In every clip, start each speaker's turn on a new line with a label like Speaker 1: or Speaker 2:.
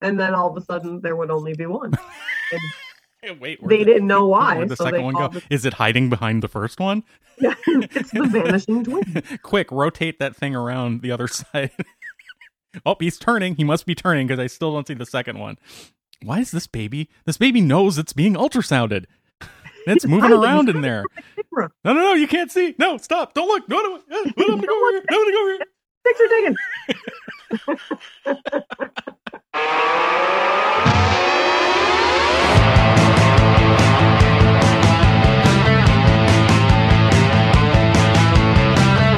Speaker 1: and then all of a sudden there would only be one. And
Speaker 2: Hey, wait,
Speaker 1: they didn't know why.
Speaker 2: Where'd the
Speaker 1: so they
Speaker 2: second one go?
Speaker 1: called it-
Speaker 2: Is it hiding behind the first one?
Speaker 1: Yeah, it's the vanishing twin.
Speaker 2: Quick, rotate that thing around the other side. oh, he's turning. He must be turning because I still don't see the second one. Why is this baby? This baby knows it's being ultrasounded. It's moving
Speaker 1: hiding.
Speaker 2: around in there.
Speaker 1: Camera.
Speaker 2: No, no, no! You can't see. No, stop! Don't look. No, no, uh, no, I'm gonna go over here. No, I'm gonna go over here.
Speaker 1: Picture taken.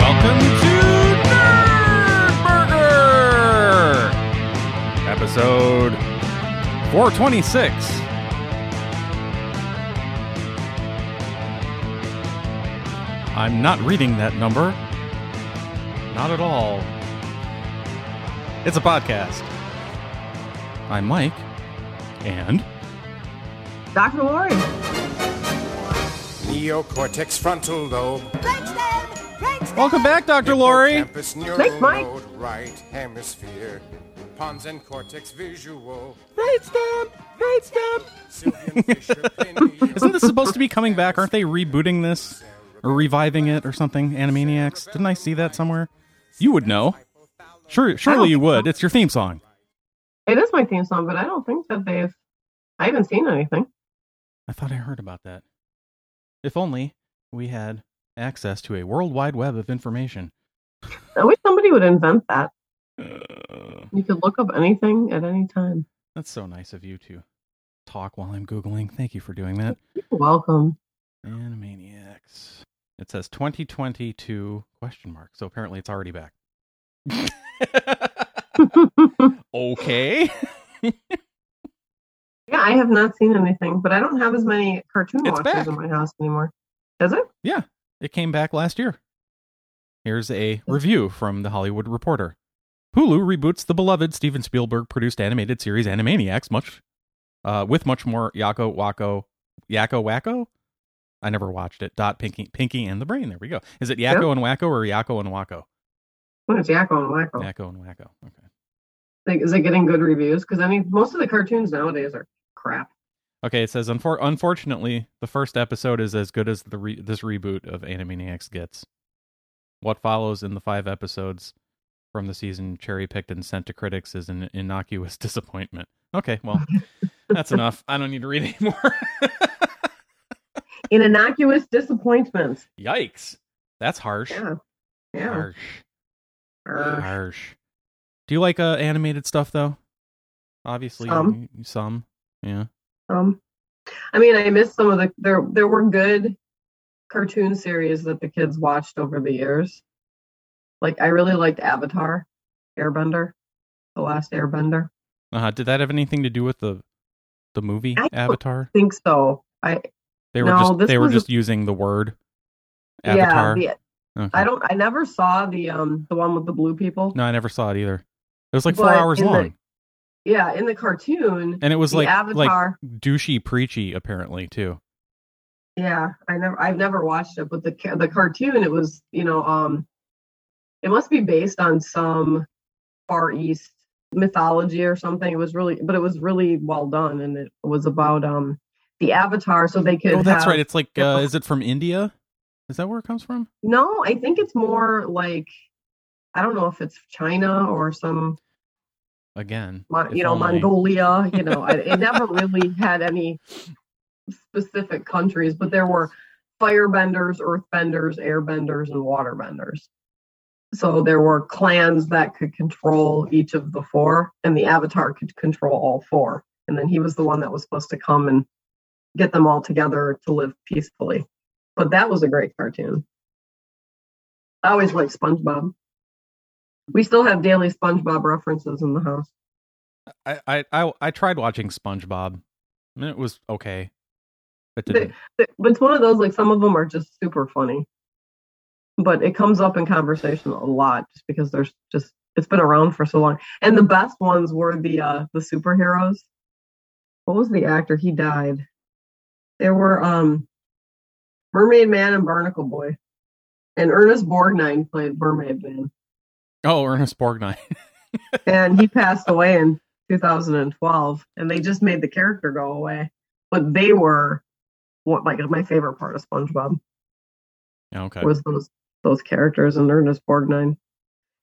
Speaker 2: Welcome to Nerd Burger, episode 426. I'm not reading that number. Not at all. It's a podcast. I'm Mike, and
Speaker 1: Dr. Lauren.
Speaker 3: Neocortex frontal lobe.
Speaker 2: welcome back, Dr. Lori.
Speaker 3: Hippocampus neural
Speaker 1: Thanks, Mike.
Speaker 3: node, right hemisphere. Pons and cortex visual.
Speaker 2: Right stamp, right stamp.
Speaker 3: Sylvian fissure pineal.
Speaker 2: Isn't this supposed to be coming back? Aren't they rebooting this or reviving it or something? Animaniacs? Didn't I see that somewhere? You would know. Sure, surely you would. It's your theme song.
Speaker 1: It is my theme song, but I don't think that they've. I haven't seen anything.
Speaker 2: I thought I heard about that. If only we had access to a worldwide web of information.
Speaker 1: I wish somebody would invent that.
Speaker 2: Uh,
Speaker 1: You could look up anything at any time.
Speaker 2: that's so nice of you to talk while I'm Googling. Thank you for doing that.
Speaker 1: You're welcome.
Speaker 2: Animaniacs. It says 2022 question mark. So apparently it's already back. okay.
Speaker 1: Yeah, I have not seen anything, but I don't have as many cartoon
Speaker 2: It's
Speaker 1: watchers
Speaker 2: back.
Speaker 1: in my house anymore. Is it?
Speaker 2: Yeah, it came back last year. Here's a review from The Hollywood Reporter Hulu reboots the beloved Steven Spielberg produced animated series Animaniacs, much uh, with much more Yakko Wacko, Yakko Wacko? I never watched it. Dot Pinky, Pinky and the Brain. There we go. Is it Yakko and Wacko or Yakko and Wacko?
Speaker 1: Well, Oh, it's Yakko and Wacko.
Speaker 2: Yakko and Wacko. Okay.
Speaker 1: Like, is it getting good reviews? Because I mean, most of the cartoons nowadays are crap.
Speaker 2: Okay, it says Unfor- unfortunately, the first episode is as good as the re- this reboot of Animaniacs gets. What follows in the five episodes from the season cherry picked and sent to critics is an innocuous disappointment. Okay, well, that's enough. I don't need to read anymore.
Speaker 1: In innocuous disappointments.
Speaker 2: Yikes. That's harsh.
Speaker 1: Yeah. Yeah. Uh,
Speaker 2: Harsh.
Speaker 1: Arr.
Speaker 2: Harsh. Do you like uh, animated stuff though? Obviously,
Speaker 1: Some.
Speaker 2: you- some. Yeah.
Speaker 1: Um, I mean, I missed some of the there. There were good cartoon series that the kids watched over the years. Like I really liked Avatar, Airbender, The Last Airbender.
Speaker 2: Uh, did that have anything to do with the the movie
Speaker 1: I don't-
Speaker 2: Avatar?
Speaker 1: I think so. I
Speaker 2: They were
Speaker 1: No,
Speaker 2: just
Speaker 1: this
Speaker 2: they were
Speaker 1: was a-
Speaker 2: just using the word avatar.
Speaker 1: yeah.
Speaker 2: Okay.
Speaker 1: The, I don't. I never saw the um the one with the blue people.
Speaker 2: no, I never saw it either. It was like four
Speaker 1: But
Speaker 2: hours
Speaker 1: in the-
Speaker 2: long,
Speaker 1: Yeah, in the cartoon,
Speaker 2: and it was
Speaker 1: the
Speaker 2: like
Speaker 1: Avatar.
Speaker 2: like douchey preachy apparently too.
Speaker 1: Yeah, I never, I've never watched it, but the ca- the cartoon, it was, you know, um, it must be based on some Far East mythology or something. It was really, but it was really well done, and it was about um the Avatar, so they could.
Speaker 2: Oh, that's
Speaker 1: have-
Speaker 2: right. It's like
Speaker 1: Yeah.
Speaker 2: uh, is it from India? Is that where it comes from?
Speaker 1: No, I think it's more like I don't know if it's China or some,
Speaker 2: Again,
Speaker 1: Mon-
Speaker 2: if
Speaker 1: you know,
Speaker 2: only.
Speaker 1: Mongolia. You know, I, it never really had any specific countries, but there were firebenders, earthbenders, airbenders, and waterbenders. So there were clans that could control each of the four, and the Avatar could control all four. And then he was the one that was supposed to come and get them all together to live peacefully. But that was a great cartoon. I always liked SpongeBob. We still have daily SpongeBob references in the house.
Speaker 2: I, I I I tried watching SpongeBob, and it was okay, but
Speaker 1: The-
Speaker 2: didn't.
Speaker 1: But it's one of those, like, some of them are just super funny. But it comes up in conversation a lot just because there's just, it's been around for so long. And the best ones were the uh the superheroes. What was the actor? He died. There were um Mermaid Man and Barnacle Boy. And Ernest Borgnine played Mermaid Man.
Speaker 2: Oh, Ernest Borgnine.
Speaker 1: And he passed away in 2012, and they just made the character go away. But they were what like my favorite part of SpongeBob
Speaker 2: Okay.
Speaker 1: was those those characters and Ernest Borgnine,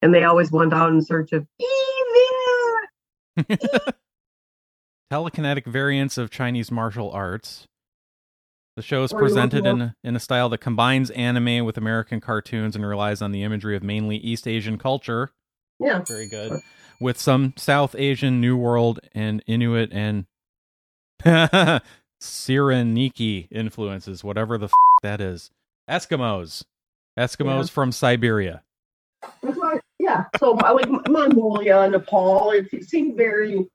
Speaker 1: and they always went out in search of evil.
Speaker 2: telekinetic variants of Chinese martial arts. The show is
Speaker 1: Or you want
Speaker 2: presented
Speaker 1: more-
Speaker 2: in, in a style that combines anime with American cartoons and relies on the imagery of mainly East Asian culture.
Speaker 1: Yeah,
Speaker 2: Very good. With some South Asian, New World, and Inuit and Sireniki influences, whatever the f- that is. Eskimos. Eskimos from Siberia.
Speaker 1: that's why. Yeah, so I like Mongolia, Nepal. It, it seemed very,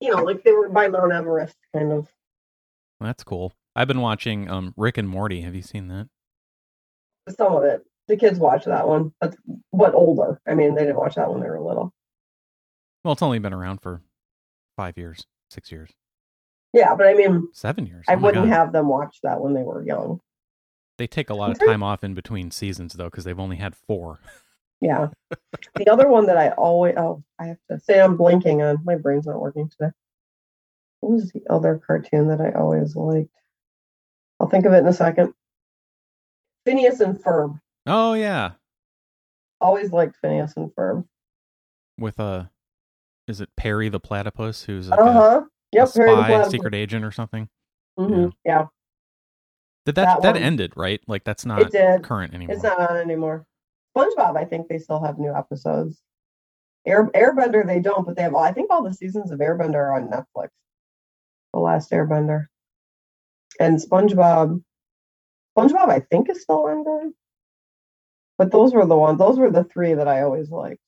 Speaker 1: you know, like they were by Mount Everest, kind of.
Speaker 2: That's cool. I've been watching um, Rick and Morty. Have you seen that?
Speaker 1: Some of it, the kids watch that one, but but older. I mean, they didn't watch that when they were little.
Speaker 2: Well, it's only been around for five years, six years,
Speaker 1: Yeah, but I mean,
Speaker 2: seven years.
Speaker 1: I
Speaker 2: Oh my
Speaker 1: wouldn't
Speaker 2: God.
Speaker 1: have them watch that when they were young.
Speaker 2: They take a lot of
Speaker 1: Okay.
Speaker 2: time off in between seasons, though, because they've only had four.
Speaker 1: Yeah. the other one that I always oh I have to say I'm blinking on my brain's not working today. What was the other cartoon that I always liked? I'll think of it in a second. Phineas and Ferb.
Speaker 2: Oh yeah,
Speaker 1: Always liked Phineas and Ferb.
Speaker 2: with uh, is it Perry the platypus who's like a-
Speaker 1: Uh huh.
Speaker 2: a,
Speaker 1: Yep. Harry the
Speaker 2: spy,
Speaker 1: Platypus.
Speaker 2: secret agent, or something?
Speaker 1: Mhm. Yeah.
Speaker 2: Did that
Speaker 1: That
Speaker 2: that,
Speaker 1: one.
Speaker 2: ended right? Like that's not
Speaker 1: it did.
Speaker 2: current anymore.
Speaker 1: It's not on anymore. SpongeBob, I think they still have new episodes. Air Airbender, they don't, but they have. all I think all the seasons of Airbender are on Netflix. The Last Airbender, and SpongeBob. SpongeBob, I think, is still ongoing. But those were the ones. Those were the three that I always liked.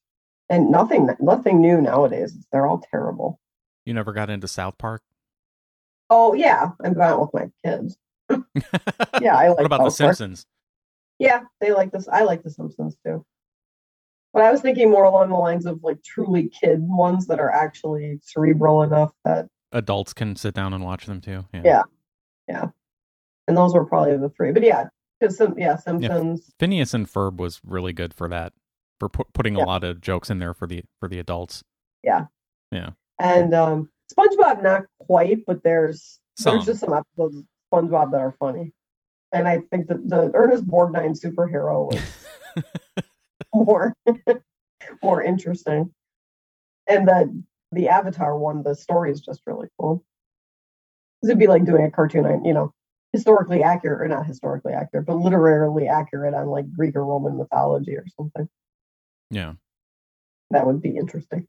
Speaker 1: And nothing, nothing new nowadays. They're all terrible.
Speaker 2: You never got into South Park.
Speaker 1: Oh yeah, I'm violent with my kids. Yeah, I like.
Speaker 2: what about The
Speaker 1: South Park.
Speaker 2: Simpsons?
Speaker 1: Yeah, they like this. I like The Simpsons too. But I was thinking more along the lines of like truly kid ones that are actually cerebral enough that,
Speaker 2: Adults can sit down and watch them too. Yeah.
Speaker 1: Yeah. and those were probably the three. But yeah, because some, yeah, Simpsons.
Speaker 2: Phineas and Ferb was really good for that, for pu- putting
Speaker 1: Yeah.
Speaker 2: a lot of jokes in there for the for the adults.
Speaker 1: And um, SpongeBob, not quite, but there's
Speaker 2: Some.
Speaker 1: there's just some episodes of SpongeBob that are funny. And I think that the Ernest Borgnine superhero was more more interesting. And the the Avatar one, the story is just really cool. 'Cause It'd be like doing a cartoon on, you know, historically accurate or not historically accurate, but literarily accurate on like Greek or Roman mythology or something.
Speaker 2: Yeah.
Speaker 1: That would be interesting.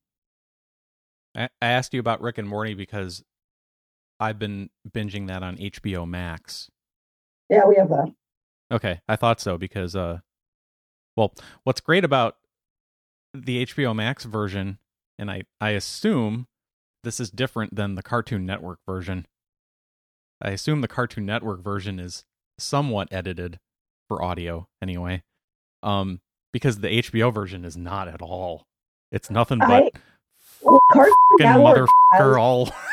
Speaker 2: I I asked you about Rick and Morty because I've been binging that on HBO Max.
Speaker 1: Yeah, we have that.
Speaker 2: Okay, I thought so because uh well, what's great about the HBO Max version and I I assume this is different than the Cartoon Network version. I assume the Cartoon Network version is somewhat edited for audio anyway. Um because the HBO version is not at all. It's nothing but
Speaker 1: I- oh, Well, Cartoon
Speaker 2: fucking
Speaker 1: Network. has-
Speaker 2: motherfucker all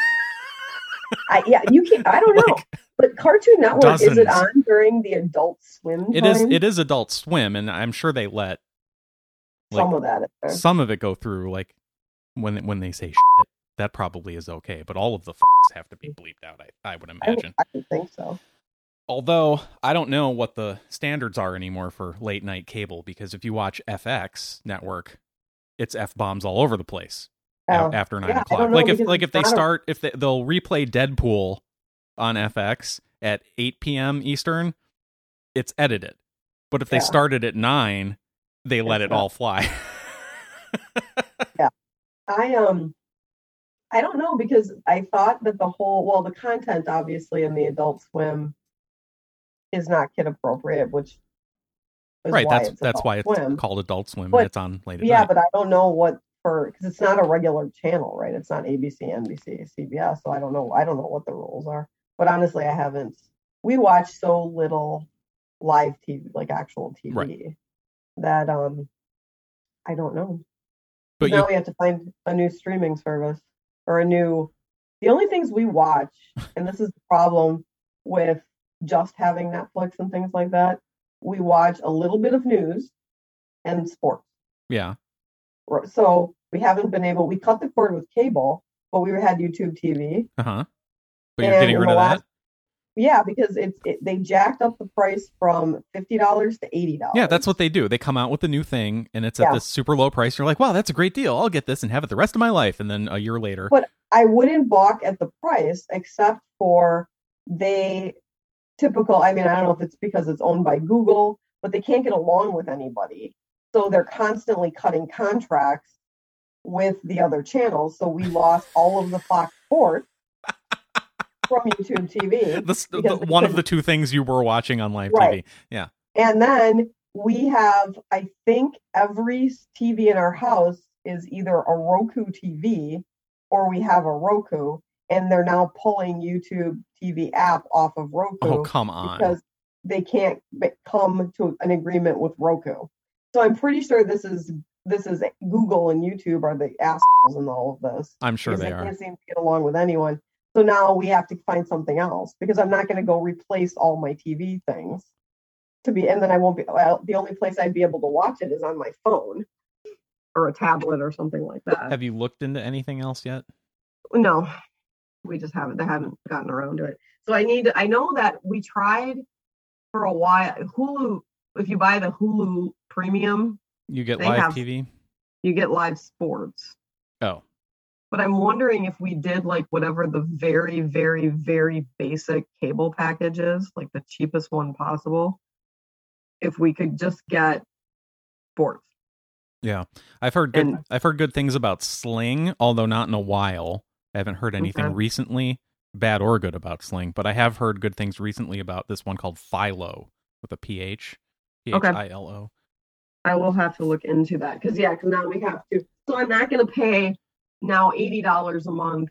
Speaker 1: I, yeah, you can. I don't know,
Speaker 2: like
Speaker 1: but Cartoon Network is
Speaker 2: dozens.
Speaker 1: it on during the adult swim?
Speaker 2: it is
Speaker 1: time?
Speaker 2: it is adult swim and i'm sure they let
Speaker 1: Some
Speaker 2: like
Speaker 1: of that is there.
Speaker 2: some of it go through like when when they say shit, that probably is okay but all of the fucks have to be bleeped out i, I would
Speaker 1: Mm. I would,
Speaker 2: imagine
Speaker 1: I would think so.
Speaker 2: although i don't know what the standards are anymore for late night cable because if you watch fx network it's f-bombs all over the place a-
Speaker 1: Oh,
Speaker 2: after nine
Speaker 1: Yeah, I
Speaker 2: o'clock
Speaker 1: don't know,
Speaker 2: like if
Speaker 1: because
Speaker 2: like
Speaker 1: it's
Speaker 2: if they
Speaker 1: not a-
Speaker 2: start if they, they'll replay deadpool on fx at 8 p.m eastern it's edited but if they
Speaker 1: Yeah.
Speaker 2: started at 9 they let
Speaker 1: It's
Speaker 2: it
Speaker 1: not.
Speaker 2: all fly
Speaker 1: I um, I don't know because I thought that the whole well, the content obviously in the adult swim is not kid appropriate, which is
Speaker 2: right
Speaker 1: why
Speaker 2: that's
Speaker 1: it's
Speaker 2: that's
Speaker 1: Adult
Speaker 2: why it's
Speaker 1: swim.
Speaker 2: called adult swim
Speaker 1: But-
Speaker 2: and it's on late at
Speaker 1: yeah,
Speaker 2: night.
Speaker 1: but I don't know what for because it's not a regular channel, right? It's not ABC, NBC, CBS, so I don't know. I don't know what the rules are. But honestly, I haven't. We watch so little live TV, like actual TV,
Speaker 2: Right.
Speaker 1: that um, I don't know.
Speaker 2: but
Speaker 1: now
Speaker 2: you,
Speaker 1: we have to find a new streaming service or a new. The only things we watch, and this is the problem with just having Netflix and things like that, we watch a little bit of news and sports.
Speaker 2: yeah
Speaker 1: Ro- so we haven't been able we cut the cord with cable but we had YouTube TV.
Speaker 2: Uh huh. But you're
Speaker 1: And
Speaker 2: getting
Speaker 1: in
Speaker 2: rid
Speaker 1: the
Speaker 2: of that.
Speaker 1: last- Yeah, because it's it, they jacked up the price from fifty dollars to eighty dollars.
Speaker 2: Yeah, that's what they do. They come out with a new thing, and it's at
Speaker 1: Yeah.
Speaker 2: this super low price. You're like, wow, that's a great deal. I'll get this and have it the rest of my life. And then a year later,
Speaker 1: But- I wouldn't balk at the price except for they typical. I mean, I don't know if it's because it's owned by Google, but they can't get along with anybody. So they're constantly cutting contracts with the other channels. So we lost all of the Fox Sports from YouTube TV.
Speaker 2: this, the,
Speaker 1: because they
Speaker 2: one of
Speaker 1: couldn't-
Speaker 2: the two things you were watching on live
Speaker 1: Right.
Speaker 2: TV. Yeah.
Speaker 1: And then we have, I think, every TV in our house is either a Roku TV or we have a Roku, and they're now pulling YouTube TV app off of Roku
Speaker 2: Oh, come on.
Speaker 1: because they can't b- come to an agreement with Roku. So I'm pretty sure this is this is Google and YouTube are the assholes in all of this.
Speaker 2: I'm sure
Speaker 1: because
Speaker 2: they are.
Speaker 1: can't seem to get along with anyone. So now we have to find something else because I'm not going to go replace all my TV things to be, and then I won't be. Well, the only place I'd be able to watch it is on my phone or a tablet or something like that.
Speaker 2: Have you looked into anything else yet?
Speaker 1: No, we just haven't. They haven't gotten around to it. So I need. I know that we tried for a while. Hulu. If you buy the Hulu Premium,
Speaker 2: You get
Speaker 1: They
Speaker 2: live
Speaker 1: have-
Speaker 2: TV?
Speaker 1: you get live sports.
Speaker 2: Oh,
Speaker 1: But I'm wondering if we did like whatever the very, very, very basic cable package is, like the cheapest one possible, if we could just get sports.
Speaker 2: I've heard good,
Speaker 1: And-
Speaker 2: I've heard good things about Sling, although not in a while. I haven't heard anything
Speaker 1: Okay.
Speaker 2: recently, bad or good about Sling, but I have heard good things recently about this one called Philo with a PH. P H
Speaker 1: Okay.
Speaker 2: I L O.
Speaker 1: I will have to look into that because yeah, because now we have to. So I'm not going to pay now eighty dollars a month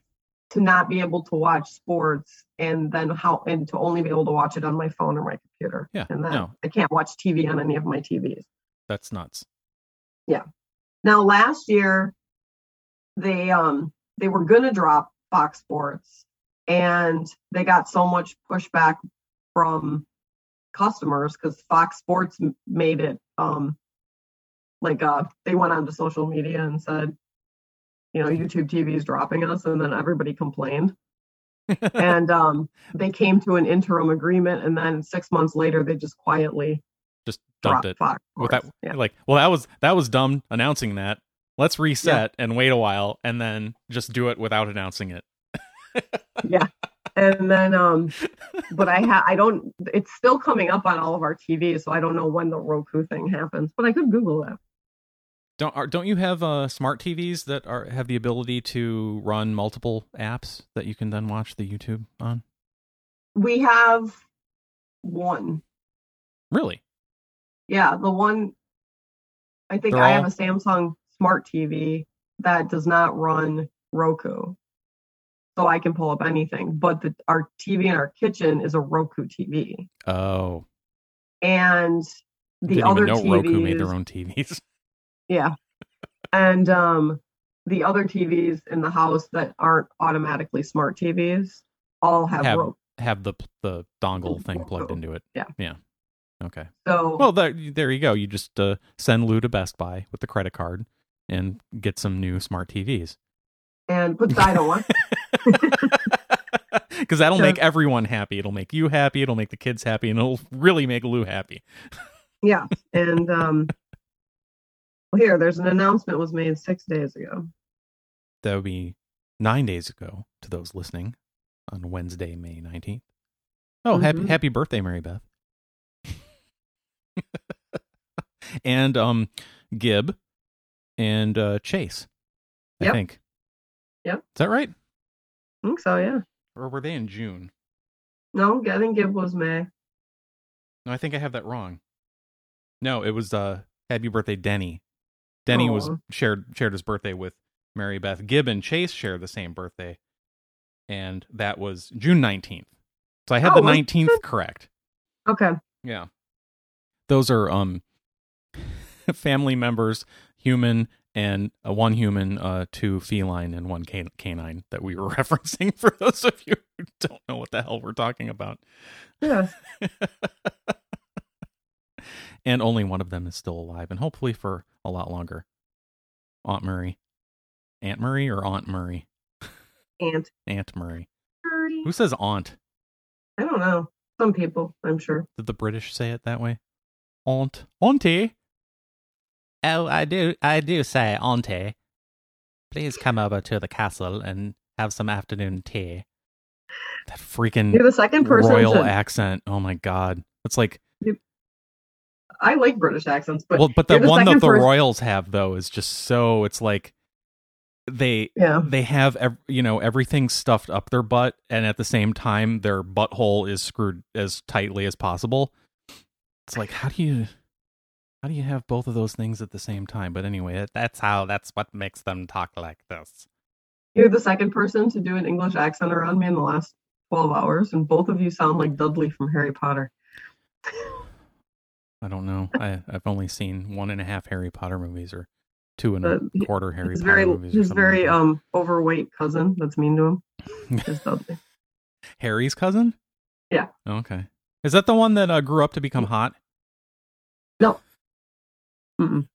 Speaker 1: to not be able to watch sports and then how and to only be able to watch it on my phone or my computer.
Speaker 2: Yeah,
Speaker 1: and then
Speaker 2: no.
Speaker 1: I can't watch TV on any of my TVs.
Speaker 2: That's nuts.
Speaker 1: Now last year they um they were gonna drop Fox Sports and they got so much pushback from customers because Fox Sports m- made it um like uh they went onto social media and said you know YouTube TV is dropping us and then everybody complained and um they came to an interim agreement and then six months later they just quietly
Speaker 2: Just dumped
Speaker 1: dropped
Speaker 2: it.
Speaker 1: Fox
Speaker 2: With
Speaker 1: Sports.
Speaker 2: that,
Speaker 1: Yeah.
Speaker 2: like, well, that was that was dumb announcing that. Let's reset and wait a while, and then just do it without announcing it.
Speaker 1: and then um but i ha i don't it's still coming up on all of our tvs so i don't know when the roku thing happens but i could google it
Speaker 2: Don't are, don't you have uh, smart TVs that are have the ability to run multiple apps that you can then watch the YouTube on?
Speaker 1: we have one
Speaker 2: Really?
Speaker 1: yeah the one i think
Speaker 2: They're
Speaker 1: i
Speaker 2: all-
Speaker 1: have a samsung smart tv that does not run roku so i can pull up anything but the, our tv in our kitchen is a roku tv
Speaker 2: Oh,
Speaker 1: and the
Speaker 2: didn't
Speaker 1: other
Speaker 2: even know Roku made
Speaker 1: TVs
Speaker 2: their own TVs.
Speaker 1: Yeah. And um the other TVs in the house that aren't automatically smart TVs all have,
Speaker 2: Have-
Speaker 1: rope.
Speaker 2: have the the dongle thing plugged into it.
Speaker 1: Yeah.
Speaker 2: Yeah. Okay.
Speaker 1: So
Speaker 2: Well, there, there you go. You just uh, send Lou to Best Buy with the credit card and get some new smart TVs.
Speaker 1: and but I don't want
Speaker 2: Because that'll
Speaker 1: Sure.
Speaker 2: make everyone happy. It'll make you happy. It'll make the kids happy, and it'll really make Lou happy.
Speaker 1: yeah. And um well, here there's an announcement was made six days ago.
Speaker 2: That would be nine days ago to those listening on Wednesday, May nineteenth. Oh, happy
Speaker 1: Mhm.
Speaker 2: happy birthday, Mary Beth. and um Gib and uh Chase. I
Speaker 1: Yep.
Speaker 2: think.
Speaker 1: Yep.
Speaker 2: Is that right?
Speaker 1: I think Hmm, so, yeah.
Speaker 2: Or were they in June?
Speaker 1: No, I think it was May.
Speaker 2: No, I think I have that wrong. No, it was uh happy birthday Denny. Denny was
Speaker 1: Aw.
Speaker 2: shared shared his birthday with Mary Beth. Gibb and Chase share the same birthday. And that was June 19th. So I had
Speaker 1: Oh,
Speaker 2: the
Speaker 1: well,
Speaker 2: 19th correct.
Speaker 1: Okay.
Speaker 2: Yeah. Those are um family members, human and uh, one human, uh two feline and one can- canine that we were referencing for those of you who don't know what the hell we're talking about.
Speaker 1: Yes.
Speaker 2: and only one of them is still alive and hopefully for a lot longer. Aunt Murray. Aunt Murray or Aunt Murray?
Speaker 1: Aunt
Speaker 2: Aunt Murray.
Speaker 1: Murray.
Speaker 2: Who says aunt?
Speaker 1: I don't know. Some people, I'm sure.
Speaker 2: Did the British say it that way? Aunt. Auntie. Oh, I do. I do say auntie. Please come over to the castle and have some afternoon tea. That freaking
Speaker 1: You're the second person.
Speaker 2: Hmm. royal
Speaker 1: to-
Speaker 2: accent. Oh my god. It's like
Speaker 1: I like British accents, but
Speaker 2: well, but the
Speaker 1: you're the
Speaker 2: one that
Speaker 1: second
Speaker 2: the
Speaker 1: person-
Speaker 2: royals have though is just so it's like they
Speaker 1: yeah,
Speaker 2: they have ev- you know everything stuffed up their butt and at the same time their butthole is screwed as tightly as possible it's like how do you how do you have both of those things at the same time but anyway that- that's how that's what makes them talk like this
Speaker 1: you're the second person to do an English accent around me in the last 12 hours, and both of you sound like Dudley from Harry Potter.
Speaker 2: i don't know i i've only seen one and a half harry potter movies or two and a
Speaker 1: But
Speaker 2: quarter harry
Speaker 1: his
Speaker 2: potter
Speaker 1: Uh, very
Speaker 2: movies or
Speaker 1: his
Speaker 2: something like
Speaker 1: very
Speaker 2: that.
Speaker 1: um overweight cousin that's mean to him is Dudley.
Speaker 2: harry's cousin Oh,
Speaker 1: Yeah. Mm.
Speaker 2: okay is that the one that uh, grew up to become hot
Speaker 1: Mm-mm.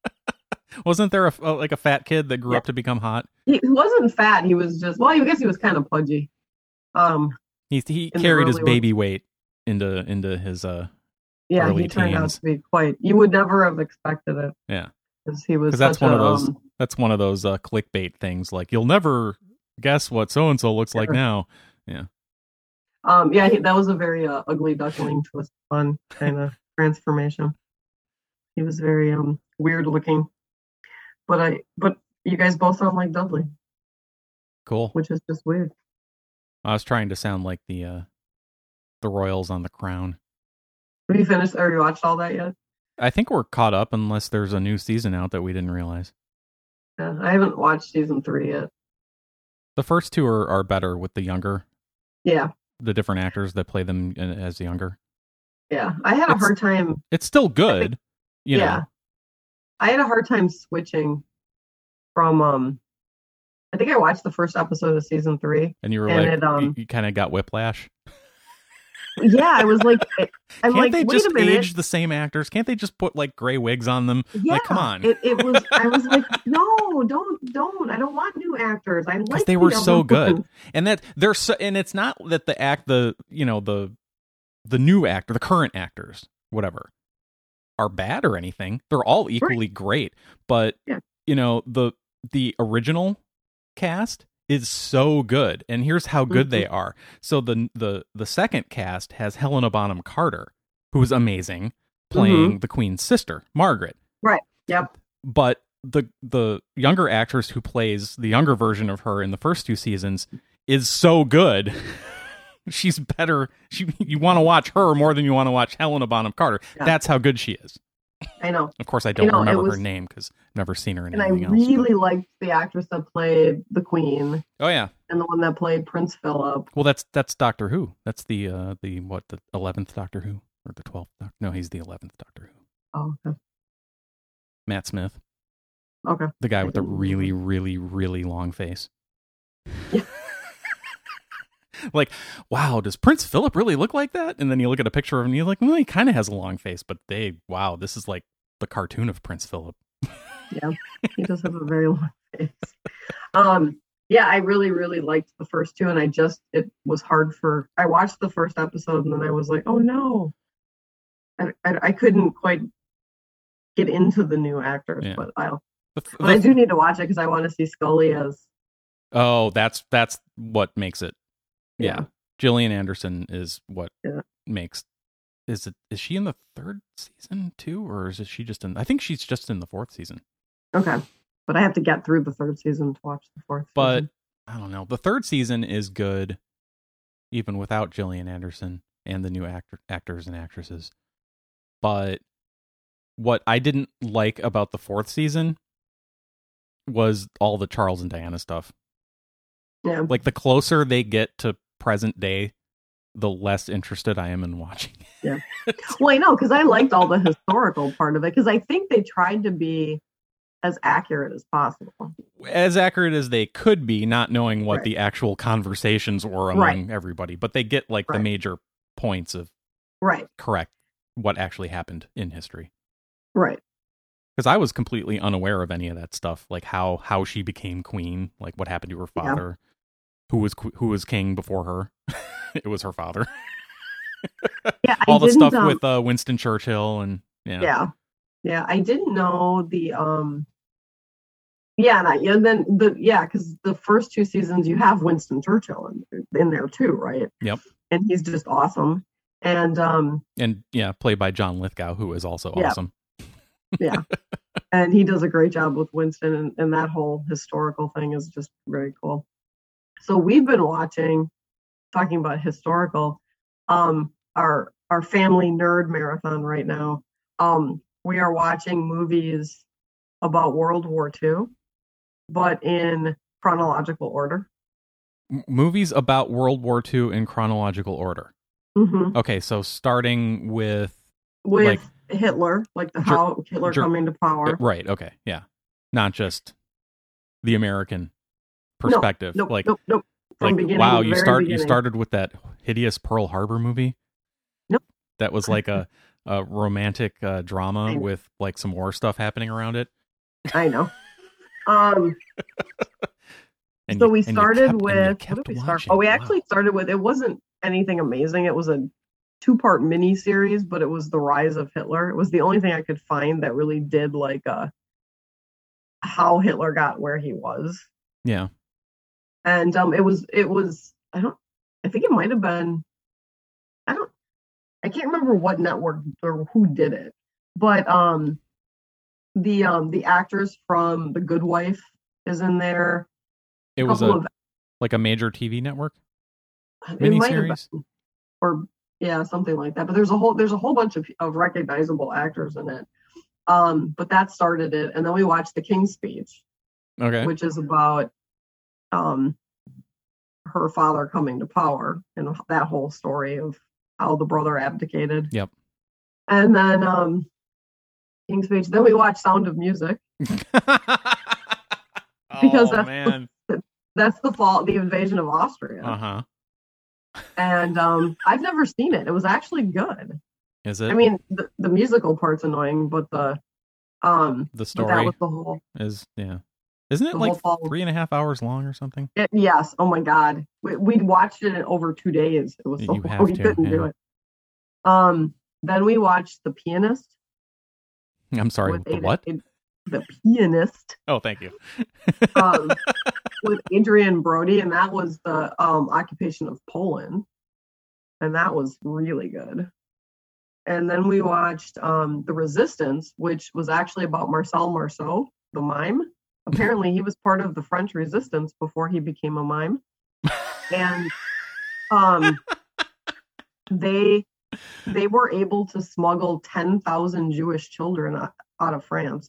Speaker 2: wasn't there a f- uh, like a fat kid that grew
Speaker 1: Yeah.
Speaker 2: up to become hot
Speaker 1: He wasn't fat. He was just well. I guess he was kind of pudgy. Um,
Speaker 2: He he
Speaker 1: In the
Speaker 2: carried his
Speaker 1: early ones.
Speaker 2: baby weight into into his uh
Speaker 1: yeah,
Speaker 2: Early
Speaker 1: he turned out
Speaker 2: teens.
Speaker 1: to be quite. You would never have expected it.
Speaker 2: Yeah.
Speaker 1: because he was.
Speaker 2: 'Cause that's
Speaker 1: such
Speaker 2: one
Speaker 1: a,
Speaker 2: of those-
Speaker 1: um,
Speaker 2: that's one of those uh clickbait things like you'll never guess what so and so looks like
Speaker 1: Sure.
Speaker 2: now.
Speaker 1: Um, yeah, he, that was a very uh, ugly duckling twist on kind of transformation. He was very um weird looking, but I but you guys both sound like Dudley,
Speaker 2: Cool.
Speaker 1: which is just weird.
Speaker 2: I was trying to sound like the uh the Royals on the Crown.
Speaker 1: Have you finished or you watched all that yet?
Speaker 2: I think we're caught up unless there's a new season out that we didn't realize.
Speaker 1: Yeah, I haven't watched season three yet.
Speaker 2: The first two are, are better with the younger
Speaker 1: Yeah,
Speaker 2: the different actors that play them uh, as the younger.
Speaker 1: yeah. I had a
Speaker 2: It's-
Speaker 1: hard time.
Speaker 2: It's still good, you
Speaker 1: yeah,
Speaker 2: know.
Speaker 1: I had a hard time switching from um. I think I watched the first episode of season three.
Speaker 2: And you were
Speaker 1: And
Speaker 2: like
Speaker 1: it, um,
Speaker 2: you, kind of got whiplash.
Speaker 1: Yeah, I was like, I- I'm
Speaker 2: Can't
Speaker 1: like,
Speaker 2: they
Speaker 1: wait
Speaker 2: just
Speaker 1: a minute.
Speaker 2: age the same actors? Can't they just put like gray wigs on them?
Speaker 1: yeah,
Speaker 2: Like come on.
Speaker 1: It, it was. I was like, no, don't, don't. I don't want new actors. I like
Speaker 2: they
Speaker 1: the
Speaker 2: were so
Speaker 1: other
Speaker 2: good.
Speaker 1: ones.
Speaker 2: and that they're so, and it's not that the act the you know the the new actor the current actors whatever are bad or anything they're all equally great but
Speaker 1: Yeah.
Speaker 2: you know the the original cast is so good and here's how good they are so the the the second cast has Helena Bonham Carter who is amazing playing the queen's sister Margaret
Speaker 1: Mm-hmm. Yep.
Speaker 2: but the the younger actress who plays the younger version of her in the first two seasons is so good. She's better. She you want to watch her more than you want to watch Helena Bonham Carter.
Speaker 1: Yeah.
Speaker 2: That's how good she is.
Speaker 1: I know.
Speaker 2: Of course, I don't
Speaker 1: You know, it
Speaker 2: remember her
Speaker 1: was-
Speaker 2: name because I've never seen her in
Speaker 1: And I
Speaker 2: anything else.
Speaker 1: really liked the actress that played the queen
Speaker 2: but- oh yeah.
Speaker 1: and the one that played Prince Philip.
Speaker 2: Well, that's that's Doctor Who. That's the uh the what the eleventh Doctor Who or the twelfth? Doctor? No, he's the eleventh Doctor Who.
Speaker 1: Oh, okay.
Speaker 2: Matt Smith,
Speaker 1: okay.
Speaker 2: the guy with the
Speaker 1: don't remember.
Speaker 2: really really really long face.
Speaker 1: Yeah.
Speaker 2: like, wow, does Prince Philip really look like that? And then you look at a picture of him and you're like, well, he kind of has a long face, but they, wow, this is like the cartoon of Prince Philip.
Speaker 1: He does have a very long face. Um, yeah, I really, really liked the first two, and I just it was hard for. I watched the first episode, and then I was like, oh no, I I, I couldn't quite get into the new actors,
Speaker 2: Yeah.
Speaker 1: but I'll.
Speaker 2: The f-
Speaker 1: But I
Speaker 2: the-
Speaker 1: do need to watch it because I want to see Scully as
Speaker 2: oh, that's that's what makes it. Yeah.
Speaker 1: Yeah.
Speaker 2: Gillian Anderson is what
Speaker 1: Yeah.
Speaker 2: makes is it is she in the third season too or is it she just in I think she's just in the fourth season.
Speaker 1: okay. But I have to get through the third season to watch the fourth.
Speaker 2: But
Speaker 1: season.
Speaker 2: I don't know. The third season is good even without Gillian Anderson and the new actor, actors and actresses. But what I didn't like about the fourth season was all the Charles and Diana stuff.
Speaker 1: yeah,
Speaker 2: Like the closer they get to present day, the less interested I am in watching.
Speaker 1: well, I know because I liked all the historical part of it because I think they tried to be as accurate as possible.
Speaker 2: As accurate as they could be, not knowing what
Speaker 1: Right.
Speaker 2: the actual conversations were among
Speaker 1: Right.
Speaker 2: everybody, but they get like the
Speaker 1: Right.
Speaker 2: major points of
Speaker 1: Right,
Speaker 2: correct what actually happened in history.
Speaker 1: right.
Speaker 2: because I was completely unaware of any of that stuff, like how how she became queen, like what happened to her
Speaker 1: Yeah.
Speaker 2: father, who was qu- who was king before her. it was her father.
Speaker 1: Yeah,
Speaker 2: All
Speaker 1: I
Speaker 2: the
Speaker 1: didn't,
Speaker 2: stuff
Speaker 1: um,
Speaker 2: with uh, Winston Churchill and yeah.
Speaker 1: yeah yeah i didn't know the um yeah and, I, and then the yeah because the first two seasons you have winston churchill in, in there too right
Speaker 2: Yep.
Speaker 1: and he's just awesome and um
Speaker 2: and yeah, played by John Lithgow, who is also
Speaker 1: Yeah.
Speaker 2: awesome.
Speaker 1: and he does a great job with winston and, and that whole historical thing is just very cool so we've been watching talking about historical um our our family nerd marathon right now um we are watching movies about world war ii but in chronological order
Speaker 2: M- movies about World War II in chronological order.
Speaker 1: hmm
Speaker 2: Okay, so starting with
Speaker 1: with
Speaker 2: Like-
Speaker 1: hitler like the
Speaker 2: Ger-
Speaker 1: how hitler
Speaker 2: Ger-
Speaker 1: coming to power
Speaker 2: uh, right. Okay, yeah, not just the American perspective.
Speaker 1: nope
Speaker 2: like,
Speaker 1: nope nope from
Speaker 2: like
Speaker 1: beginning
Speaker 2: wow,
Speaker 1: to
Speaker 2: you
Speaker 1: very
Speaker 2: start you
Speaker 1: beginning.
Speaker 2: started with that hideous Pearl Harbor movie.
Speaker 1: Nope.
Speaker 2: that was like a a romantic uh, drama
Speaker 1: I-
Speaker 2: with like some war stuff happening around it.
Speaker 1: i know um
Speaker 2: And
Speaker 1: so
Speaker 2: you-
Speaker 1: we
Speaker 2: and you
Speaker 1: started
Speaker 2: kept- and you
Speaker 1: with what
Speaker 2: kept
Speaker 1: did we start?
Speaker 2: watching.
Speaker 1: Oh, we
Speaker 2: Wow.
Speaker 1: actually started with it wasn't anything amazing. It was a two-part mini series, but it was the rise of Hitler. It was the only thing I could find that really did like uh how Hitler got where he was,
Speaker 2: yeah,
Speaker 1: and um, it was it was I don't I think it might have been I don't I can't remember what network or who did it, but um the um the actors from The Good Wife is in there.
Speaker 2: it was
Speaker 1: couple
Speaker 2: a like a major TV network.
Speaker 1: It might have
Speaker 2: Miniseries?
Speaker 1: been. or yeah something like that but there's a whole there's a whole bunch of, of recognizable actors in it um but that started it and then we watched the king's speech
Speaker 2: Okay,
Speaker 1: which is about um her father coming to power and that whole story of how the brother abdicated
Speaker 2: Yep.
Speaker 1: and then um king's speech then we watched sound of music
Speaker 2: because
Speaker 1: that's-
Speaker 2: Oh, man,
Speaker 1: that's the fall the invasion of austria
Speaker 2: uh huh.
Speaker 1: and um i've never seen it it was actually good
Speaker 2: Is it?
Speaker 1: I mean, the, the musical part's annoying, but the um, but
Speaker 2: the
Speaker 1: that
Speaker 2: story
Speaker 1: was the whole.
Speaker 2: is yeah. Isn't it
Speaker 1: the
Speaker 2: like
Speaker 1: whole follow-
Speaker 2: three and a half hours long or something?
Speaker 1: It, yes. Oh my God, we, we watched it in over two days. It was so
Speaker 2: You have
Speaker 1: long. We
Speaker 2: to,
Speaker 1: couldn't do
Speaker 2: yeah.
Speaker 1: it. Um. Then we watched The Pianist.
Speaker 2: I'm sorry.
Speaker 1: with
Speaker 2: The
Speaker 1: Ad-
Speaker 2: what?
Speaker 1: Ad- the Pianist
Speaker 2: Oh, thank you.
Speaker 1: um, with Adrian Brody, and that was the um, occupation of Poland, and that was really good. And then we watched um, The Resistance, which was actually about Marcel Marceau, the mime. Apparently, he was part of the French Resistance before he became a mime, and um, they they were able to smuggle ten thousand Jewish children o- out of France.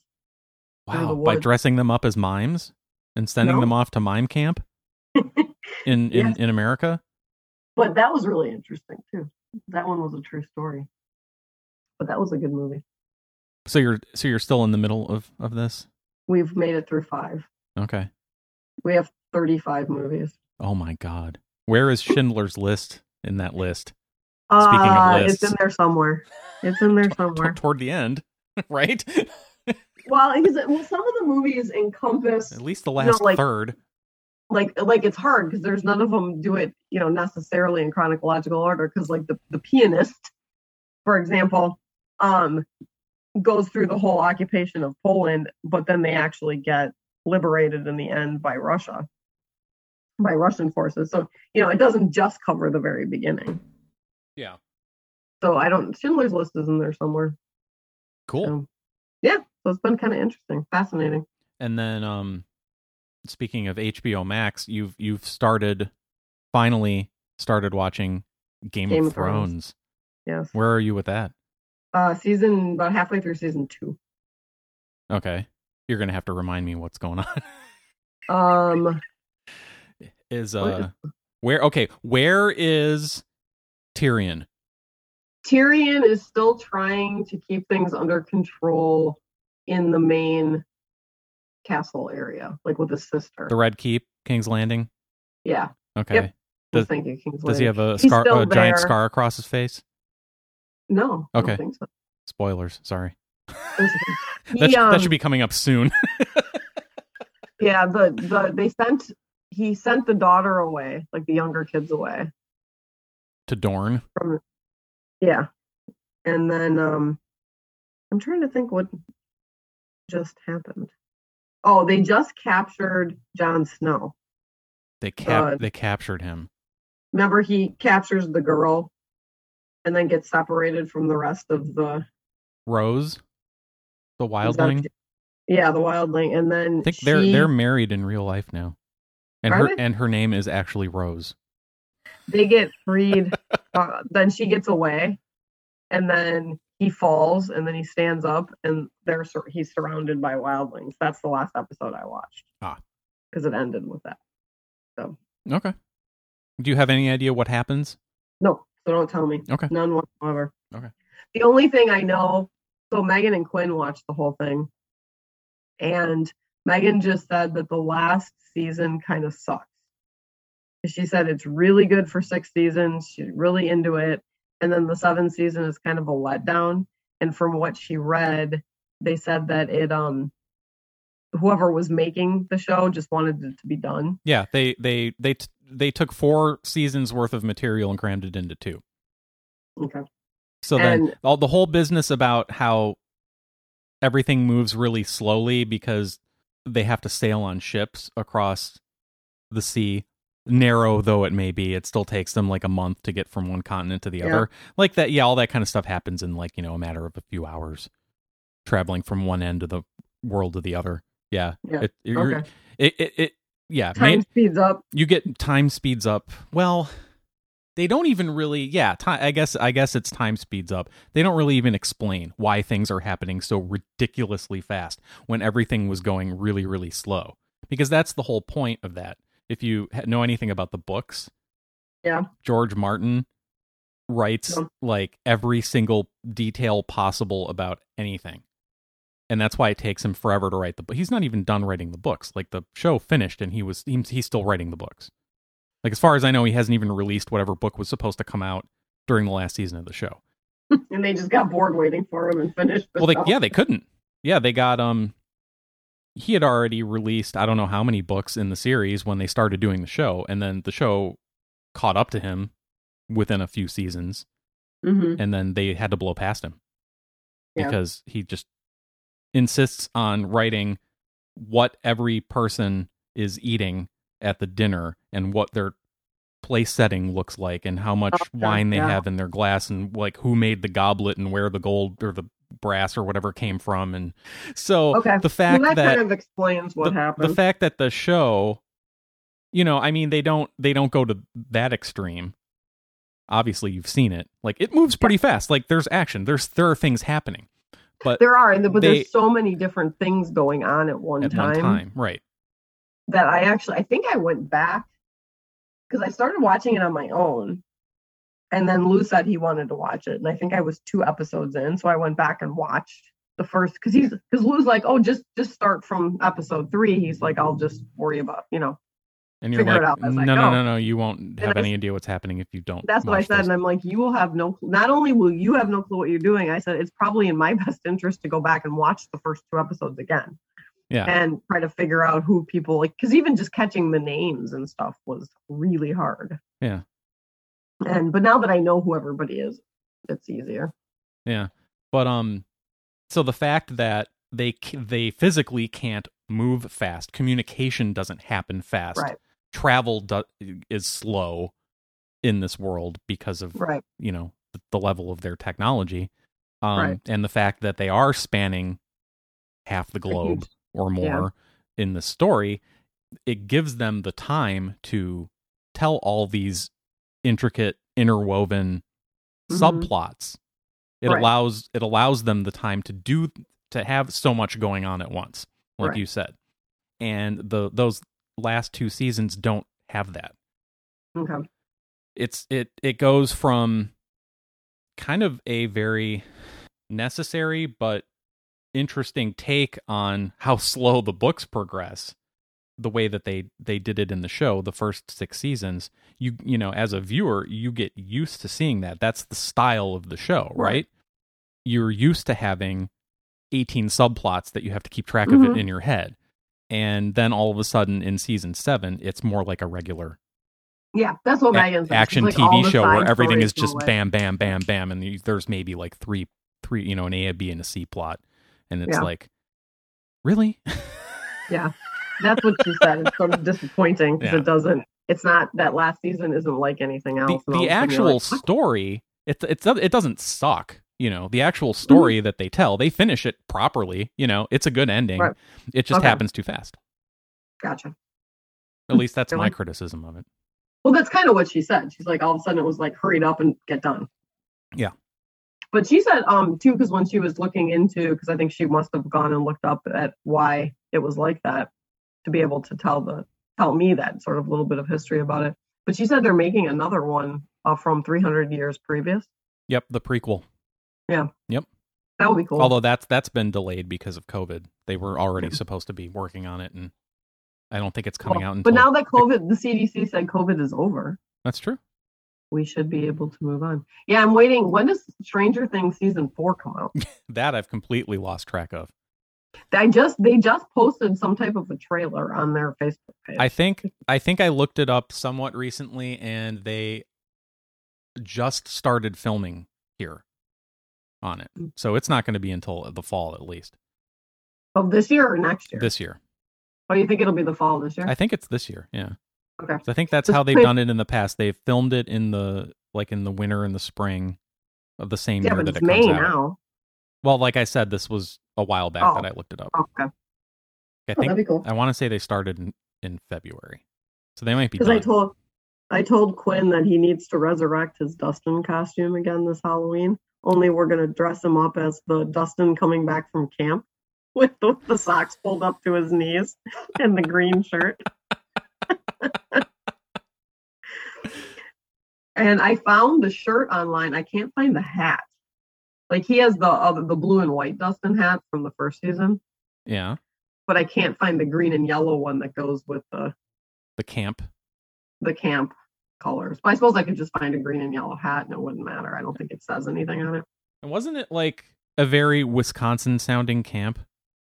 Speaker 1: through
Speaker 2: Wow,
Speaker 1: the
Speaker 2: by
Speaker 1: woods.
Speaker 2: dressing them up as mimes and sending
Speaker 1: No.
Speaker 2: them off to mime camp in in, in America.
Speaker 1: But that was really interesting too. That one was a true story. But that was a good movie.
Speaker 2: So you're so you're still in the middle of of this.
Speaker 1: We've made it through five.
Speaker 2: Okay.
Speaker 1: We have 35 movies.
Speaker 2: Oh my God. Where is Schindler's List in that list? Speaking of
Speaker 1: Uh, it's
Speaker 2: lists.
Speaker 1: in there somewhere. It's in there
Speaker 2: T-
Speaker 1: somewhere.
Speaker 2: toward the end, right?
Speaker 1: Well, because it- well, some of the movies encompass
Speaker 2: At least the last
Speaker 1: like-
Speaker 2: third.
Speaker 1: like like it's hard because there's none of them do it you know necessarily in chronological order because like the the pianist, for example, um, goes through the whole occupation of Poland, but then they actually get liberated in the end by Russia, by Russian forces. So you know it doesn't just cover the very beginning.
Speaker 2: Yeah.
Speaker 1: So I don't Schindler's List is in there somewhere.
Speaker 2: Cool.
Speaker 1: So, yeah, so it's been kind of interesting, fascinating.
Speaker 2: And then um speaking of HBO Max, you've you've started finally started watching Game,
Speaker 1: Game
Speaker 2: of,
Speaker 1: of
Speaker 2: Thrones.
Speaker 1: Thrones. Yes,
Speaker 2: Where are you with that?
Speaker 1: uh, season about halfway through season two.
Speaker 2: Okay. You're going to have to remind me what's going on.
Speaker 1: Um.
Speaker 2: is
Speaker 1: What
Speaker 2: uh where okay, where is Tyrion?
Speaker 1: Tyrion is still trying to keep things under control in the main castle area, like with his sister.
Speaker 2: The Red Keep, King's Landing?
Speaker 1: yeah,
Speaker 2: Okay.
Speaker 1: Yep.
Speaker 2: Does-
Speaker 1: thank you, King's
Speaker 2: Does
Speaker 1: Landing.
Speaker 2: he have a
Speaker 1: He's
Speaker 2: scar
Speaker 1: still
Speaker 2: a giant
Speaker 1: there.
Speaker 2: scar across his face?
Speaker 1: No, I don't
Speaker 2: Okay.
Speaker 1: think so.
Speaker 2: Spoilers, sorry.
Speaker 1: It's-
Speaker 2: That,
Speaker 1: He,
Speaker 2: sh-
Speaker 1: um,
Speaker 2: that should be coming up soon.
Speaker 1: Yeah, the the they sent he sent the daughter away, like the younger kids away.
Speaker 2: to Dorn.
Speaker 1: Yeah. And then um I'm trying to think what just happened. Oh, they just captured Jon Snow.
Speaker 2: They cap
Speaker 1: God.
Speaker 2: they captured him.
Speaker 1: Remember he captures the girl and then gets separated from the rest of the
Speaker 2: Rose, the
Speaker 1: is that-
Speaker 2: wildling.
Speaker 1: Yeah, the wildling. And then
Speaker 2: I think they're
Speaker 1: she-
Speaker 2: they're married in real life now. And
Speaker 1: Are
Speaker 2: her
Speaker 1: they?
Speaker 2: and her name is actually Rose.
Speaker 1: they get freed. uh, then she gets away, and then he falls, and then he stands up, and they're sur- he's surrounded by wildlings. That's the last episode I watched.
Speaker 2: Ah.
Speaker 1: because it ended with that.
Speaker 2: Okay. Do you have any idea what happens?
Speaker 1: No, so don't tell me.
Speaker 2: Okay.
Speaker 1: none whatsoever.
Speaker 2: Okay.
Speaker 1: The only thing I know, so Megan and Quinn watched the whole thing, and Megan just said that the last season kind of sucks. She said it's really good for six seasons. She's really into it. And then the seventh season is kind of a letdown. And from what she read, they said that it um whoever was making the show just wanted it to be done.
Speaker 2: Yeah, they they they t- they took four seasons worth of material and crammed it into two.
Speaker 1: Okay.
Speaker 2: So then
Speaker 1: And-
Speaker 2: all the whole business about how everything moves really slowly because they have to sail on ships across the sea, narrow though it may be, it still takes them like a month to get from one continent to the
Speaker 1: Yeah.
Speaker 2: other. Like that, yeah, all that kind of stuff happens in like, you know, a matter of a few hours traveling from one end of the world to the other. Yeah.
Speaker 1: Yeah.
Speaker 2: It, you're-
Speaker 1: Okay.
Speaker 2: it, it, it yeah,
Speaker 1: Time
Speaker 2: main-
Speaker 1: speeds up.
Speaker 2: you get time speeds up. Well, they don't even really. Yeah, time, I guess. I guess it's time speeds up. They don't really even explain why things are happening so ridiculously fast when everything was going really, really slow. Because that's the whole point of that. If you ha- know anything about the books,
Speaker 1: Yeah.
Speaker 2: George Martin writes
Speaker 1: Yeah.
Speaker 2: like every single detail possible about anything. And that's why it takes him forever to write the book. He's not even done writing the books. Like the show finished and he was he- he's still writing the books. Like as far as I know, he hasn't even released whatever book was supposed to come out during the last season of the show.
Speaker 1: and they just got bored waiting for him and finished. the
Speaker 2: Well, they,
Speaker 1: stuff.
Speaker 2: yeah, they couldn't. Yeah, they got um. He had already released I don't know how many books in the series when they started doing the show, and then the show caught up to him within a few seasons,
Speaker 1: Mhm.
Speaker 2: and then they had to blow past him
Speaker 1: Yeah.
Speaker 2: because he just insists on writing what every person is eating at the dinner and what their place setting looks like and how much
Speaker 1: Oh, God,
Speaker 2: wine they
Speaker 1: yeah.
Speaker 2: have in their glass and like who made the goblet and where the gold or the brass or whatever came from and so
Speaker 1: Okay.
Speaker 2: the fact
Speaker 1: well, that,
Speaker 2: that
Speaker 1: kind of explains what
Speaker 2: the,
Speaker 1: happened.
Speaker 2: the fact that the show you know i mean they don't they don't go to that extreme obviously you've seen it like it moves pretty fast like there's action there's there are things happening
Speaker 1: there are, and the- but
Speaker 2: they-
Speaker 1: there's so many different things going on at one
Speaker 2: at
Speaker 1: time,
Speaker 2: one time right
Speaker 1: that I actually I think I went back because I started watching it on my own, and then Lou said he wanted to watch it, and I think I was two episodes in, so I went back and watched the first because he's because Lou's like, oh, just just start from episode three. He's like, I'll just worry about you know.
Speaker 2: and you're
Speaker 1: Figure it
Speaker 2: like
Speaker 1: out
Speaker 2: no
Speaker 1: as I
Speaker 2: no
Speaker 1: go."
Speaker 2: no no you won't have
Speaker 1: I
Speaker 2: any idea what's happening if you don't
Speaker 1: That's what I
Speaker 2: watch
Speaker 1: said,
Speaker 2: this.
Speaker 1: and I'm like, you will have no. Clue. Not only will you have no clue what you're doing, I said it's probably in my best interest to go back and watch the first two episodes again.
Speaker 2: Yeah.
Speaker 1: And try to figure out who people like, because even just catching the names and stuff was really hard.
Speaker 2: Yeah.
Speaker 1: And but now that I know who everybody is, it's easier.
Speaker 2: Yeah. But um so the fact that they c- they physically can't move fast, communication doesn't happen fast.
Speaker 1: Right.
Speaker 2: Travel do- is slow in this world because of,
Speaker 1: Right.
Speaker 2: you know, the, the level of their technology. Um
Speaker 1: Right.
Speaker 2: and the fact that they are spanning half the
Speaker 1: huge-
Speaker 2: globe or more in the story, it gives them the time to tell all these intricate, interwoven
Speaker 1: Mhm.
Speaker 2: subplots. It
Speaker 1: Right.
Speaker 2: allows it allows them the time to do to have so much going on at once, like
Speaker 1: Right.
Speaker 2: you said. And the those last two seasons don't have that
Speaker 1: Okay.
Speaker 2: it's it it goes from kind of a very necessary but interesting take on how slow the books progress the way that they they did it in the show the first 6 seasons you you know as a viewer you get used to seeing that that's the style of the show right,
Speaker 1: Right.
Speaker 2: you're used to having 18 subplots that you have to keep track of
Speaker 1: Mhm.
Speaker 2: it in your head and then all of a sudden in season seven, it's more like a regular
Speaker 1: Yeah, that's what
Speaker 2: a-
Speaker 1: Megan says.
Speaker 2: action
Speaker 1: It's like all
Speaker 2: TV
Speaker 1: the
Speaker 2: show
Speaker 1: side
Speaker 2: where everything
Speaker 1: stories
Speaker 2: is just
Speaker 1: go away.
Speaker 2: bam, bam, bam, bam, and you- there's maybe like three, three, you know, an A, a B, and a C plot, and it's
Speaker 1: Yeah.
Speaker 2: like, really?
Speaker 1: That's what she said. It's sort of disappointing because
Speaker 2: Yeah.
Speaker 1: it doesn't. It's not that last season isn't like anything
Speaker 2: the,
Speaker 1: else. and all
Speaker 2: the
Speaker 1: of a sudden you're
Speaker 2: actual
Speaker 1: like, "What?"
Speaker 2: story it, it's it doesn't suck you know the actual
Speaker 1: Mm-hmm.
Speaker 2: story that they tell they finish it properly you know it's a good ending
Speaker 1: Right.
Speaker 2: it just
Speaker 1: Okay.
Speaker 2: happens too fast
Speaker 1: gotcha.
Speaker 2: at least that's my
Speaker 1: Really?
Speaker 2: criticism of it
Speaker 1: Well, that's kind of what she said. She's like, all of a sudden it was like, hurried up and get done.
Speaker 2: Yeah.
Speaker 1: But she said, um, too, because when she was looking into, because I think she must have gone and looked up at why it was like that to be able to tell the tell me that sort of little bit of history about it. But she said they're making another one uh, from 300 years previous.
Speaker 2: yep the prequel
Speaker 1: That would be cool.
Speaker 2: although that's that's been delayed because of covid they were already supposed to be working on it and i don't think it's coming
Speaker 1: Well,
Speaker 2: out until
Speaker 1: but now that COVID, the CDC said COVID is over.
Speaker 2: that's true
Speaker 1: we should be able to move on. Yeah, I'm waiting. When does Stranger Things season four come out?
Speaker 2: that i've completely lost track of
Speaker 1: I just they just posted some type of a trailer on their Facebook page.
Speaker 2: I think I think I looked it up somewhat recently, and they just started filming here on it,
Speaker 1: Mm.
Speaker 2: so it's not going to be until the fall at least
Speaker 1: of oh, this year or next year.
Speaker 2: this year.
Speaker 1: oh, you think it'll be the fall this year?
Speaker 2: I think it's this year. Yeah,
Speaker 1: okay.
Speaker 2: 'Cause I think that's
Speaker 1: Just
Speaker 2: how they've
Speaker 1: play-
Speaker 2: done it in the past. They've filmed it in the like in the winter and the spring of the same
Speaker 1: Yeah,
Speaker 2: year
Speaker 1: but
Speaker 2: that
Speaker 1: it's
Speaker 2: it
Speaker 1: May
Speaker 2: comes out.
Speaker 1: now.
Speaker 2: Well, like I said, this was a while back
Speaker 1: Oh.
Speaker 2: that I looked it up.
Speaker 1: Oh, okay.
Speaker 2: I
Speaker 1: Oh, that'd
Speaker 2: think
Speaker 1: be cool.
Speaker 2: I want to say they started in, in February, so they might be.
Speaker 1: Because I
Speaker 2: done.
Speaker 1: told I told Quinn that he needs to resurrect his Dustin costume again this Halloween. Only we're gonna dress him up as the Dustin coming back from camp with the, the socks pulled up to his knees and the green shirt. and I found the shirt online. I can't find the hat. Like he has the other the blue and white Dustin hat from the first season,
Speaker 2: yeah,
Speaker 1: but I can't find the green and yellow one that goes with the
Speaker 2: the camp.
Speaker 1: the camp colors. But I suppose I could just find a green and yellow hat and it wouldn't matter. I don't think it says anything on it.
Speaker 2: And wasn't it like a very Wisconsin sounding camp?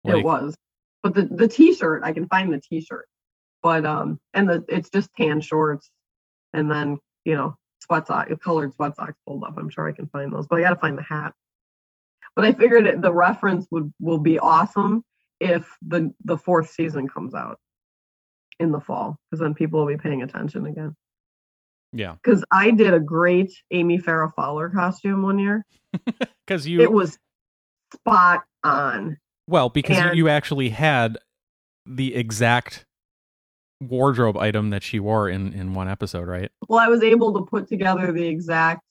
Speaker 2: Like,
Speaker 1: it was. But the, the t shirt, I can find the t shirt. But um and the it's just tan shorts and then, you know, sweat sock colored sweat socks pulled up. I'm sure I can find those. But I gotta find the hat. But I figured it, the reference would will be awesome if the the fourth season comes out in the fall because then people will be paying attention again.
Speaker 2: Yeah.
Speaker 1: Because I did a great Amy Farrah Fowler costume one year.
Speaker 2: Because you,
Speaker 1: it was spot on.
Speaker 2: well, because you
Speaker 1: and-
Speaker 2: you actually had the exact wardrobe item that she wore in, in one episode, right?
Speaker 1: Well, I was able to put together the exact